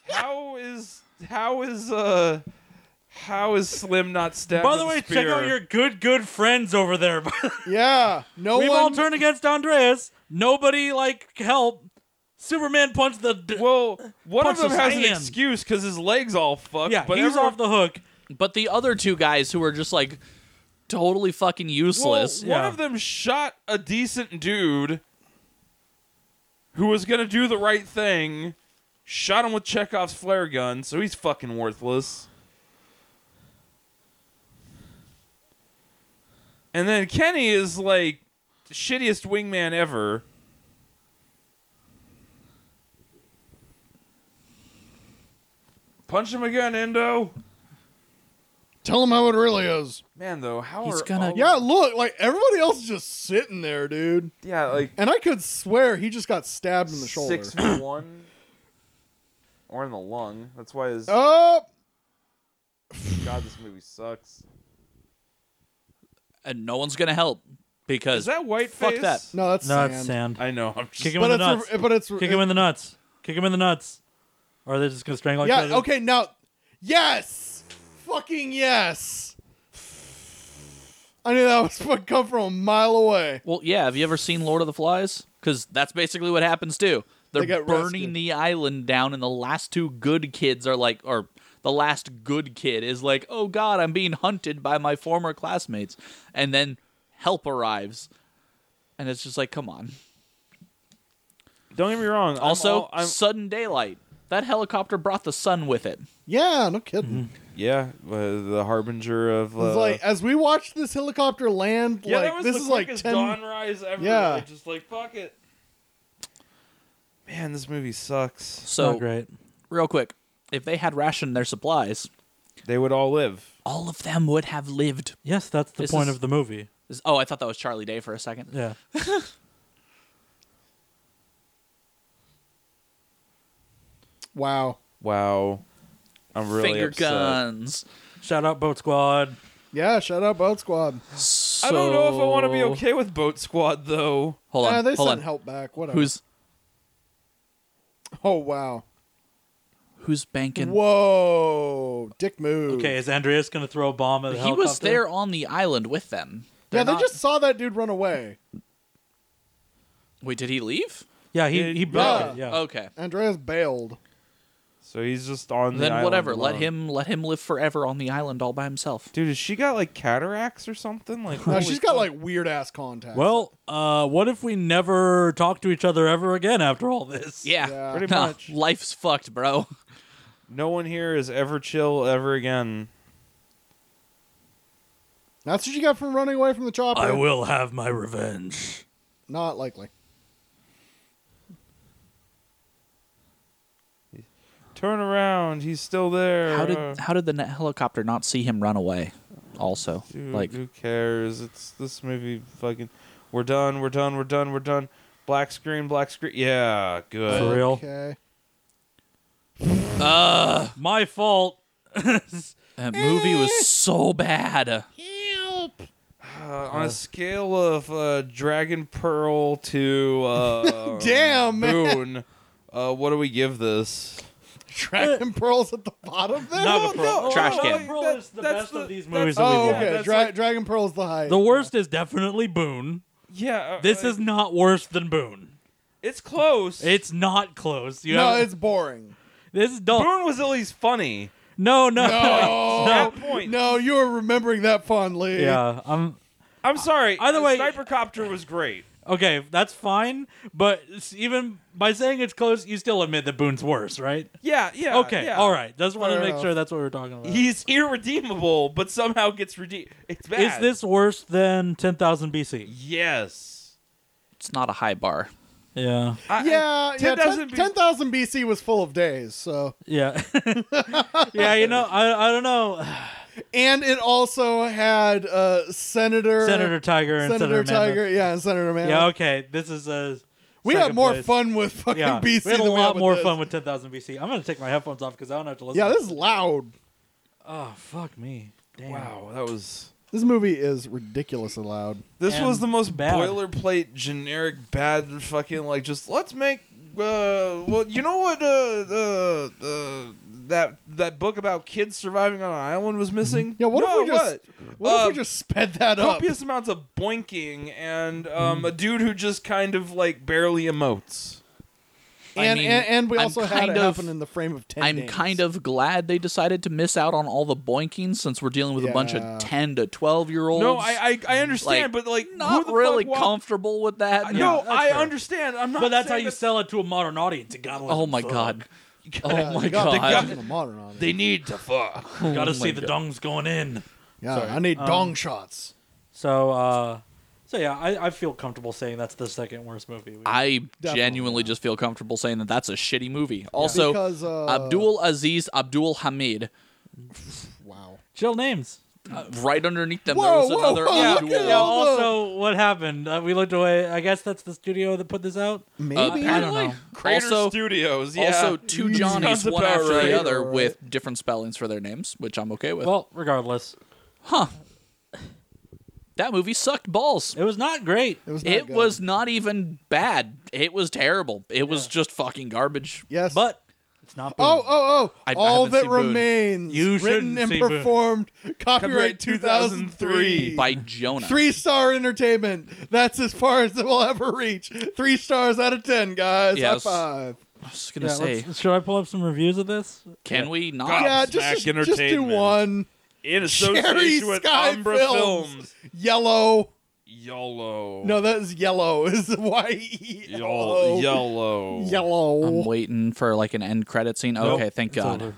How is how is uh how is Slim not stabbed? By with the a way, spear? check out your good, good friends over there. [laughs] Yeah, no We've one. all turned against Andreas. Nobody like help. Superman punched the. D- [laughs] Well, one Punch of them his has an hand. excuse because his legs all fucked. yeah, but he's everyone- off the hook. But the other two guys who were just like totally [laughs] fucking Well, useless. one yeah. of them shot a decent dude who was gonna do the right thing. Shot him with Chekhov's flare gun, so he's fucking worthless. And then Kenny is like the shittiest wingman ever. Punch him again, Endo. Tell him how it really is. Man, though, how He's are gonna- all- Yeah, look, like everybody else is just sitting there, dude. yeah, like And I could swear he just got stabbed [clears throat] in the shoulder. Six one, or in the lung. That's why his Oh, God, this movie sucks. And no one's gonna help because Is that white fuck face? that. no, that's No, sand. it's sand. I know. I'm just. Kick him But in the it's, nuts. re- but it's Kick him in the nuts. Kick him in the nuts. Or are they just gonna strangle? each Yeah. other? Okay. Now, yes. Fucking yes. I knew that was what come from a mile away. Well, yeah. Have you ever seen Lord of the Flies? Because that's basically what happens too. They're They get burning rescued. the island down, and the last two good kids are like, or the last good kid is like, "Oh God, I'm being hunted by my former classmates," and then help arrives, and it's just like, "Come on!" Don't get me wrong. I'm Also, all- I'm- sudden daylight. That helicopter brought the sun with it. Yeah. No kidding. Mm-hmm. yeah, uh, the harbinger of. Uh, It's like as we watch this helicopter land, yeah, that like was this the is like quickest ten. dawnrise ever. Yeah. Like, just like fuck it. Man, this movie sucks. So Not Oh, great. real quick, if they had rationed their supplies, They would all live. all of them would have lived. Yes, that's the This point is- of the movie. This- Oh, I thought that was Charlie Day for a second. Yeah. Wow. Wow, I'm really Finger upset. guns. Shout out Boat Squad. Yeah. Shout out Boat Squad. I don't know if I want to be okay with Boat Squad though. Hold on, Yeah, they hold sent on. help back. Whatever. Who's Oh wow. who's banking? Whoa. Dick move. Okay, is Andreas gonna throw a bomb at the He helicopter? was there on the island with them. Yeah, They're they not- just saw that dude run away. Wait, did he leave? Yeah, he he Yeah. broke it. Yeah. Uh, Okay. [laughs] Andreas bailed. So he's just on. the Then island whatever. Let alone. him let him live forever on the island all by himself. Dude, has she got like cataracts or something? [laughs] Like, Now holy she's got fuck. like weird ass contacts. Well, uh, what if we never talk to each other ever again after all this? Yeah. Yeah. pretty [laughs] Nah, much. life's fucked, bro. No one here is ever chill ever again. that's what you got from running away from the chopper. I will have my revenge. Not likely. Turn around, he's still there. How Uh, did how did the net helicopter not see him run away? Also, dude, like who cares? It's this movie. Fucking, we're done. We're done. We're done. We're done. Black screen. Black screen. Yeah, good. For real? Okay. My fault. [laughs] that movie was so bad. Uh, on a scale of uh, Dragon Pearl to uh, [laughs] Damn, man. Moon, uh, what do we give this? Dragon Pearls at the bottom there. Uh, [laughs] Not a pro- no, trash no, can. Pearl Oh, That- is the that's best the- of these that's- movies that oh, we've okay. had. that's Dra- like- Dragon Pearl's the high. The worst is definitely Boone. Yeah, uh, This like, is not worse than Boone. it's close. It's not close. You no, have- it's boring. [laughs] this is dumb. Moon was at least funny. No, no. [laughs] No, At that point. no, you are remembering that fondly. yeah, I'm I'm sorry. Either way- Sniper Copter was great. okay. That's fine, but s- even by saying it's close, you still admit that Boone's worse, right? Yeah, yeah. Okay, yeah. all right. Just want to Fair make enough. sure that's what we're talking about. He's irredeemable, but somehow gets redeemed. It's bad. Is this worse than 10,000 BC? Yes. it's not a high bar. Yeah. I- yeah, yeah. 10,000 ten- 10,000 BC was full of days, so Yeah. [laughs] yeah, you know, I I don't [laughs] know. and it also had uh, Senator Senator Tiger and Senator Senator, Tiger, Tiger. yeah, and Senator Man. Yeah, okay. This is a we second had more place. fun with fucking Yeah. BC. we had a than lot with more this. fun with 10,000 BC. I'm going to take my headphones off cuz I don't have to listen. Yeah, this is loud. Oh, fuck me. Damn. Wow, that was. This movie is ridiculously loud. This And was the most bad. boilerplate, generic, bad fucking like. Just let's make. Uh, well, you know what? Uh, uh, uh, that that book about kids surviving on an island was missing. Yeah, what No, if we just what, if Uh, Um, we just sped that up? copious amounts of boinking and um, a dude who just kind of like barely emotes. I And, mean, and and we I'm also had kind it of- happen in the frame of ten. I'm days. kind of glad they decided to miss out on all the boinkings since we're dealing with a bunch Yeah. of 10 to 12 year olds. No, I I, I understand, like, but like who not the really fuck walk- comfortable with that. No, that's I fair. understand. I'm not. But that's how saying you that- sell it to a modern audience. You gotta let Oh them my fuck. [laughs] god. Yeah, Oh my you got- god. you got the modern on it. They need to fuck. Oh Gotta my see the God. dongs going in. Yeah, I need Um, dong shots. So, uh, so yeah, I, I feel comfortable saying that's the second worst movie. We I Definitely genuinely just feel comfortable saying that that's a shitty movie. Also, because uh, Abdul Aziz Abdul Hamid, uh, Wow. Chill names. right underneath them, there Whoa, was whoa, another whoa, look Abdul. Uh, at Yeah. all Also, what happened? Uh, we looked away. I guess that's the studio that put this out. Uh, Maybe I don't know. Crater Also- Studios. Yeah. Also, two Johnnies, Sounds one about after right. the other, Right. with different spellings for their names, which I'm okay with. Well, regardless, that movie sucked balls. it was not great. it was. Not It good. was not even bad. It was terrible. It was just fucking garbage. yes, But it's not. Boom. Oh, oh, oh. I- I All haven't that seen Boone. remains. You written shouldn't and see Boone. performed. Copyright Copyright 2003. By Jonah. Three star entertainment. That's as far as it will ever reach. Three stars out of ten, guys. Yes. High five. I was Yeah, gonna say, let's- should I pull up some reviews of this? can we not? God. yeah, Smack just, just do Entertainment. one. in Cherry association with Sky Umbra Films. Films. Yellow. YOLO. No, that is yellow. [laughs] Is Y E Yol- L O. YOLO. I'm Yellow. waiting for like an end credit scene. Nope, okay, thank it's God. over.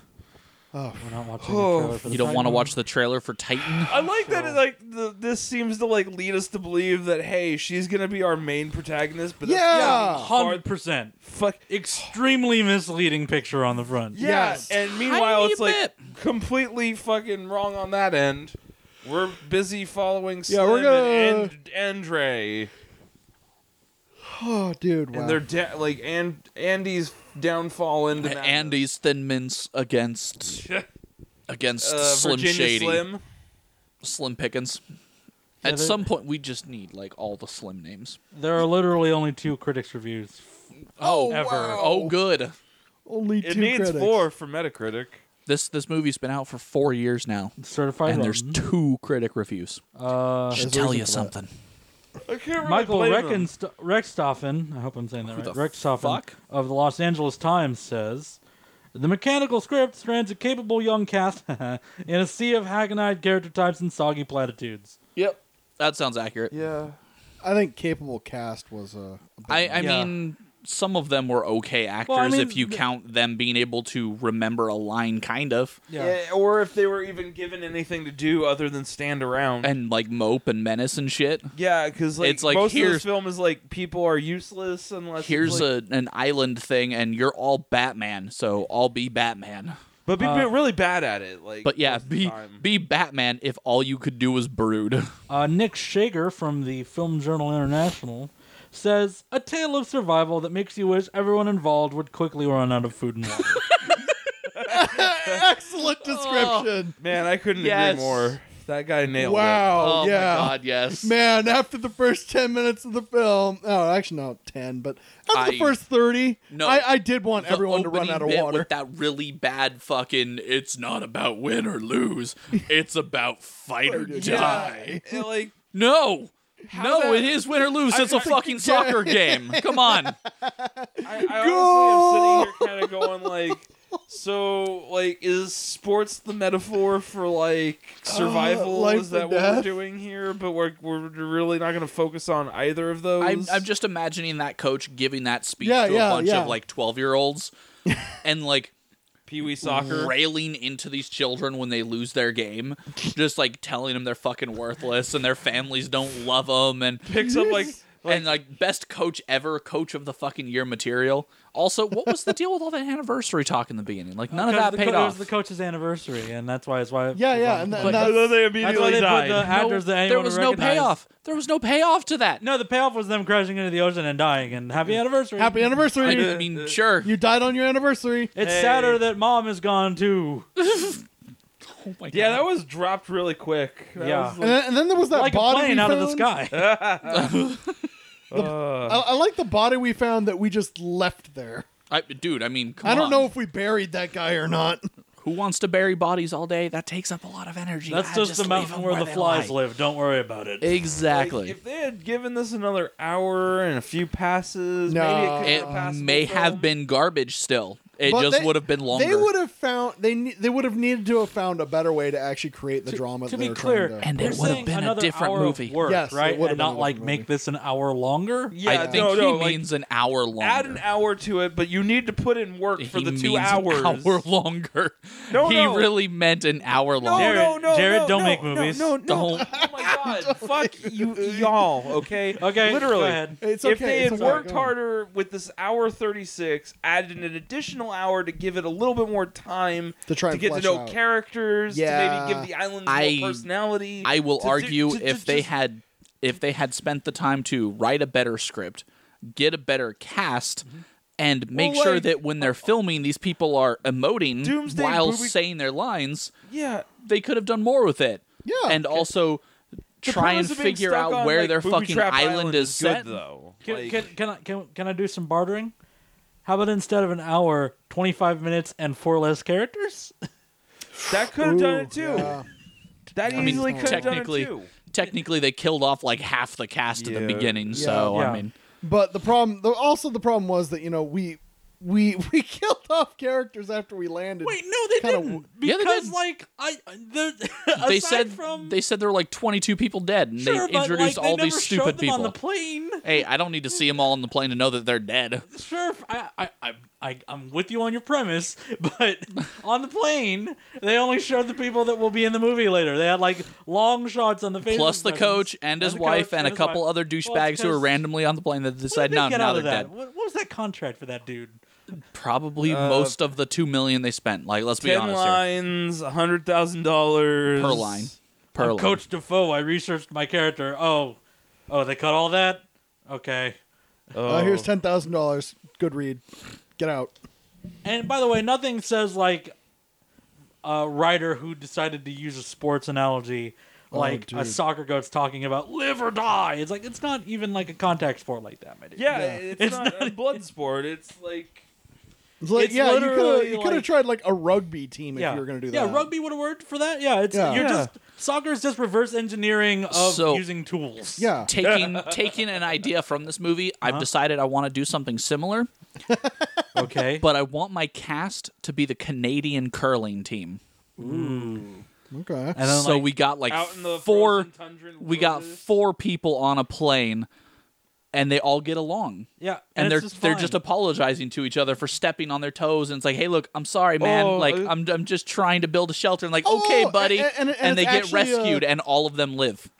Oh, We're not watching the Oh, trailer for the You don't second want to one. watch the trailer [laughs] for Titan? I like that. It, like the, this seems to like lead us to believe that hey, she's gonna be our main protagonist. But that's Yeah. fucking far- Hundred percent. Fuck. Extremely misleading picture on the front. Yeah. Yes. And meanwhile, Tiny it's like bit. completely fucking wrong on that end. We're busy following Slim Yeah, we're and and Andre, [sighs] oh, dude. Wow. and they're da- like and Andy's downfall into madness. [laughs] Andy's Thin Mints against against uh, Slim Virginia Shady, Slim, Slim. Pickens. Yeah, At they're- some point, we just need like all the Slim names. There are literally only two critics reviews. Oh, Ever. wow. oh, good. only It two needs critics. four for Metacritic. This this movie's been out for four years now, Certified. and there's Rotten. two critic reviews. uh, Should There's tell reason you for that. something. I can't really Michael blame them. Reckenst- Reckstoffen, I hope I'm saying that Who right. the Reckstoffen fuck? of the Los Angeles Times says the mechanical script strands a capable young cast [laughs] in a sea of hackneyed character types and soggy platitudes. Yep, that sounds accurate. Yeah. I think capable cast was a. a bit I, I Yeah. mean, some of them were okay actors I mean, if you th- count them being able to remember a line, kind of. Yeah. or if they were even given anything to do other than stand around. And like mope and menace and shit. yeah, because like, It's like, most of here's- this film is like people are useless unless it's, Here's like, a, an island thing, and you're all Batman, so I'll be Batman. but be uh, really bad at it. Like, But yeah, most of the be time. be Batman if all you could do was brood. Uh, Nick Shager from the Film Journal International says a tale of survival that makes you wish everyone involved would quickly run out of food and water. [laughs] Excellent Oh. description. man, I couldn't Yes. agree more. That guy nailed it. wow. [laughs] oh yeah. my god, yes. Man, after the first 10 minutes of the film, oh, actually, not 10, but after I- the first 30, No. I, I did want The everyone to run opening out of bit water. With that really bad fucking, it's not about win or lose. It's about fight or Yeah. die. It, like, No. no, that- it is win or lose. it's a [laughs] fucking soccer game. Come on. I, I honestly am sitting here kind of going like, so like, is sports the metaphor for like Uh, survival? life is or that what we're death? doing here? But we're we're really not going to focus on either of those. [laughs] I'm, I'm just imagining that coach giving that speech Yeah, to yeah, a bunch yeah. of like 12 [laughs] year olds and like Pee Wee soccer. railing into these children when they lose their game, just like telling them they're fucking worthless and their families don't love them. And [laughs] picks up like and like best coach ever, coach of the fucking year material. Also, what was the deal with all that anniversary talk in the beginning? Like [laughs] none of Because that the paid co- It was off. the coach's anniversary, and that's why it's why. Yeah, it's yeah, why- and, th- But- and I love that's they that's why immediately they put died. the No, actors that anyone there would was no recognize. payoff. There was no payoff to that. No, the payoff was them crashing into the ocean and dying. And happy anniversary. happy I anniversary. mean, sure. you died on your anniversary. It's Hey. sadder that mom is gone too. Oh my Yeah, God. that was dropped really quick. That Yeah. was And then, and then there was that like a body plane we out of found. the sky. like, uh, Oh, I, I like the body we found that we just left there. I, dude. I mean, come I don't on. know if we buried that guy or not. who wants to bury bodies all day. That takes up a lot of energy. That's I just, the leave mountain them where the they flies lie. live. Don't worry about it. Exactly. If they had given this another hour and a few passes, No. maybe it, could it may have been garbage still. It But just they- would have been longer. They would have found they ne- they would have needed to have found a better way to actually create the drama. to that be they're clear, trying to- And it we're would have saying been a another different hour of movie. work, Yes, it right? would have And been a not like different make movie. this an hour longer. Yeah, I think no, no, he like, means an hour longer. add an hour to it, but you need to put in work for he the two means hours. An [laughs] hour longer. No, he no. really meant an hour No, no, longer. Jared- no, Jared, no, don't no, make no, movies. No, no, Don't. Oh [laughs] my god, fuck you, y'all. Okay, Okay, literally. go ahead. It's if okay, they it's had okay, worked go on. harder with this hour 36, added an additional hour to give it a little bit more time To try and get to flesh know out. characters, Yeah. to maybe give the islands I- more personality. I will to do- argue to- to if they just- had if they had spent the time to write a better script, get a better cast, and make Well, sure like- uh, that when they're filming, these people are emoting Doomsday while booby- saying their lines. yeah. They could have done more with it. Yeah. and also try and premise of being figure stuck out on, where like, their Booby fucking Trap island, is, good, set. though. Can, Like- can, can I can, can I do some bartering? How about instead of an hour, twenty five minutes and four less characters? That could have done Ooh, it too. yeah. That I mean, easily could have done it technically, too. technically they killed off like half the cast at the Yeah. beginning. Yeah. so Yeah. I mean, But the problem, the, also the problem was that you know we we [laughs] we killed off characters after we landed. no, they Kinda w- Yeah, they Because did. like I, the, they aside said from they said there were like 22 people dead, and sure, they but, introduced like, all they these never showed stupid them people. on the plane. Hey, I don't need to see them all on the plane to know that they're dead. Sure, I, I, I, I, I'm with you on your premise, [laughs] but on the plane, they only showed the people that will be in the movie later. They had like long shots on the face. Plus the coach and his wife and a couple other Well, douchebags it's who were 'cause- randomly on the plane that What did decided they no, get now out they're of that? dead. What, what was that contract for that dude? Probably Uh, most of the two million they spent. Like let's be Ten honest here. lines, hundred thousand dollars Per line. Per I'm line. Coach Defoe. I researched my character. Oh, oh, they cut all that. Okay. Oh, Uh, here's ten thousand dollars. Good read. Get out. And by the way, nothing says like a writer who decided to use a sports analogy, like a Oh, dude. soccer coach talking about live or die. It's like it's not even like a contact sport like that, my dude. Yeah, Yeah. It's, not, a blood sport. It's like It's like It's yeah, you could literally have you could have like- tried like a rugby team if yeah. you were gonna do yeah, that. rugby would have worked for that. Yeah, it's Yeah. you're Yeah. just soccer is just reverse engineering of So- using tools. Yeah. taking taking an idea from this movie, I've Uh-huh. decided I want to do something similar, Okay. but I want my cast to be the Canadian curling team. [laughs] Okay. and then so like, we got like out in the four frozen tundra and we got wilderness. four people on a plane and they all get along. yeah, And, it's they're just they're fine. just apologizing to each other for stepping on their toes and it's like, "Hey, look, I'm sorry, man. Oh, like uh, I'm I'm just trying to build a shelter." And like, Oh, "Okay, and- buddy." and- and- and they it's get actually, uh, rescued and all of them live.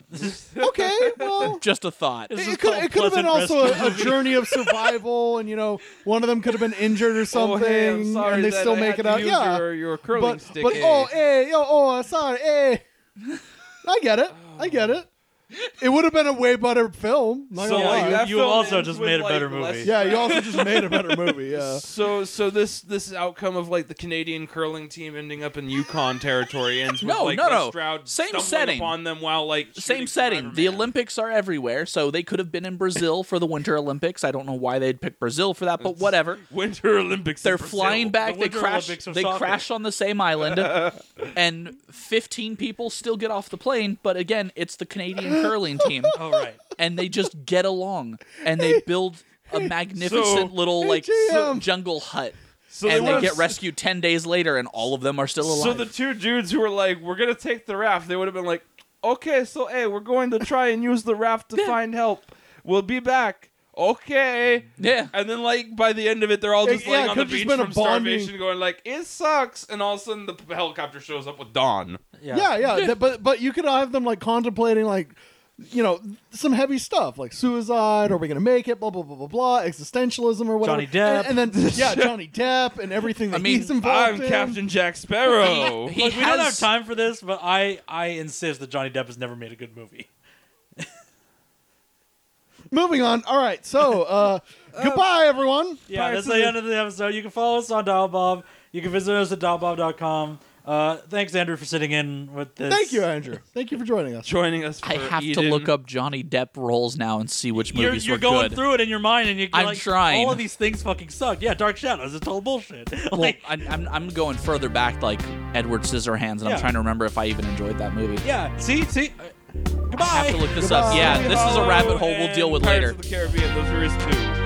okay. Well, Just a thought. This is it could, called it could have been Pleasant also Rescue a, a [laughs] journey of survival, and you know, one of them could have been injured or oh, something, hey, I'm sorry and they that still I make had it to out. use Yeah, your, your curling but stick. but hey. oh, hey, yo, oh, I'm [laughs] sorry, hey, I get it, I get it. It would have been a way better film. Not So, gonna like, lie. that you film also ends just with, made a like, better movie. less yeah, you also just made a better movie. Yeah, [laughs] So so this this outcome of like the Canadian curling team ending up in Yukon territory ends with No, like no, Les no. Stroud Same stumbling setting. upon them while like shooting Same setting. The Spider-Man. Olympics are everywhere, so they could have been in Brazil for the Winter Olympics. I don't know why they'd pick Brazil for that, but whatever. Winter Olympics. in They're Brazil. flying back. The they Winter crash. Olympics of They soccer. crash on the same island, and 15 people still get off the plane. But again, it's the Canadian curling team, all Oh, right. and they just get along, and they build a magnificent So- little like ATM. jungle hut. So and they would've- get rescued 10 days later, and all of them are still alive. So the two dudes who were like, "We're gonna take the raft," they would have been like, "Okay, so hey, we're going to try and use the raft to find help. We'll be back." Okay. yeah. And then, like by the end of it, they're all It- just yeah, laying it on the could've just beach been a from bonding- starvation, going like, "It sucks." And all of a sudden, the helicopter shows up with dawn. yeah, yeah. th- but but you could have them like contemplating like. you know, some heavy stuff like suicide, are we going to make it, blah, blah, blah, blah, blah, existentialism or whatever. Johnny Depp. And, and then, yeah, Johnny Depp and everything that mean, he's involved I'm in. Captain Jack Sparrow. [laughs] He Look, we don't have has- time for this, but I, I insist that Johnny Depp has never made a good movie. Moving on. All right. So, uh, goodbye, everyone. Yeah, that's Pirates of the the- end of the episode. You can follow us on Dialbob. You can visit us at dialbob.com. Uh, thanks, Andrew, for sitting in with this. Thank you, Andrew. Thank you for joining us. Joining us. For I have Eden. to look up Johnny Depp roles now and see which You're, movies you're were going good. through it in your mind, and you're I'm like, trying. all of these things fucking suck. Yeah, Dark Shadows, it's all bullshit. [laughs] well, Like, I, I'm, I'm going further back, like Edward Scissorhands, and Yeah. I'm trying to remember if I even enjoyed that movie. yeah, see, see. uh, Goodbye. I have to look this up. Goodbye. Yeah, this is a rabbit hole we'll And deal with Pirates later. Of the Caribbean. Those are his two.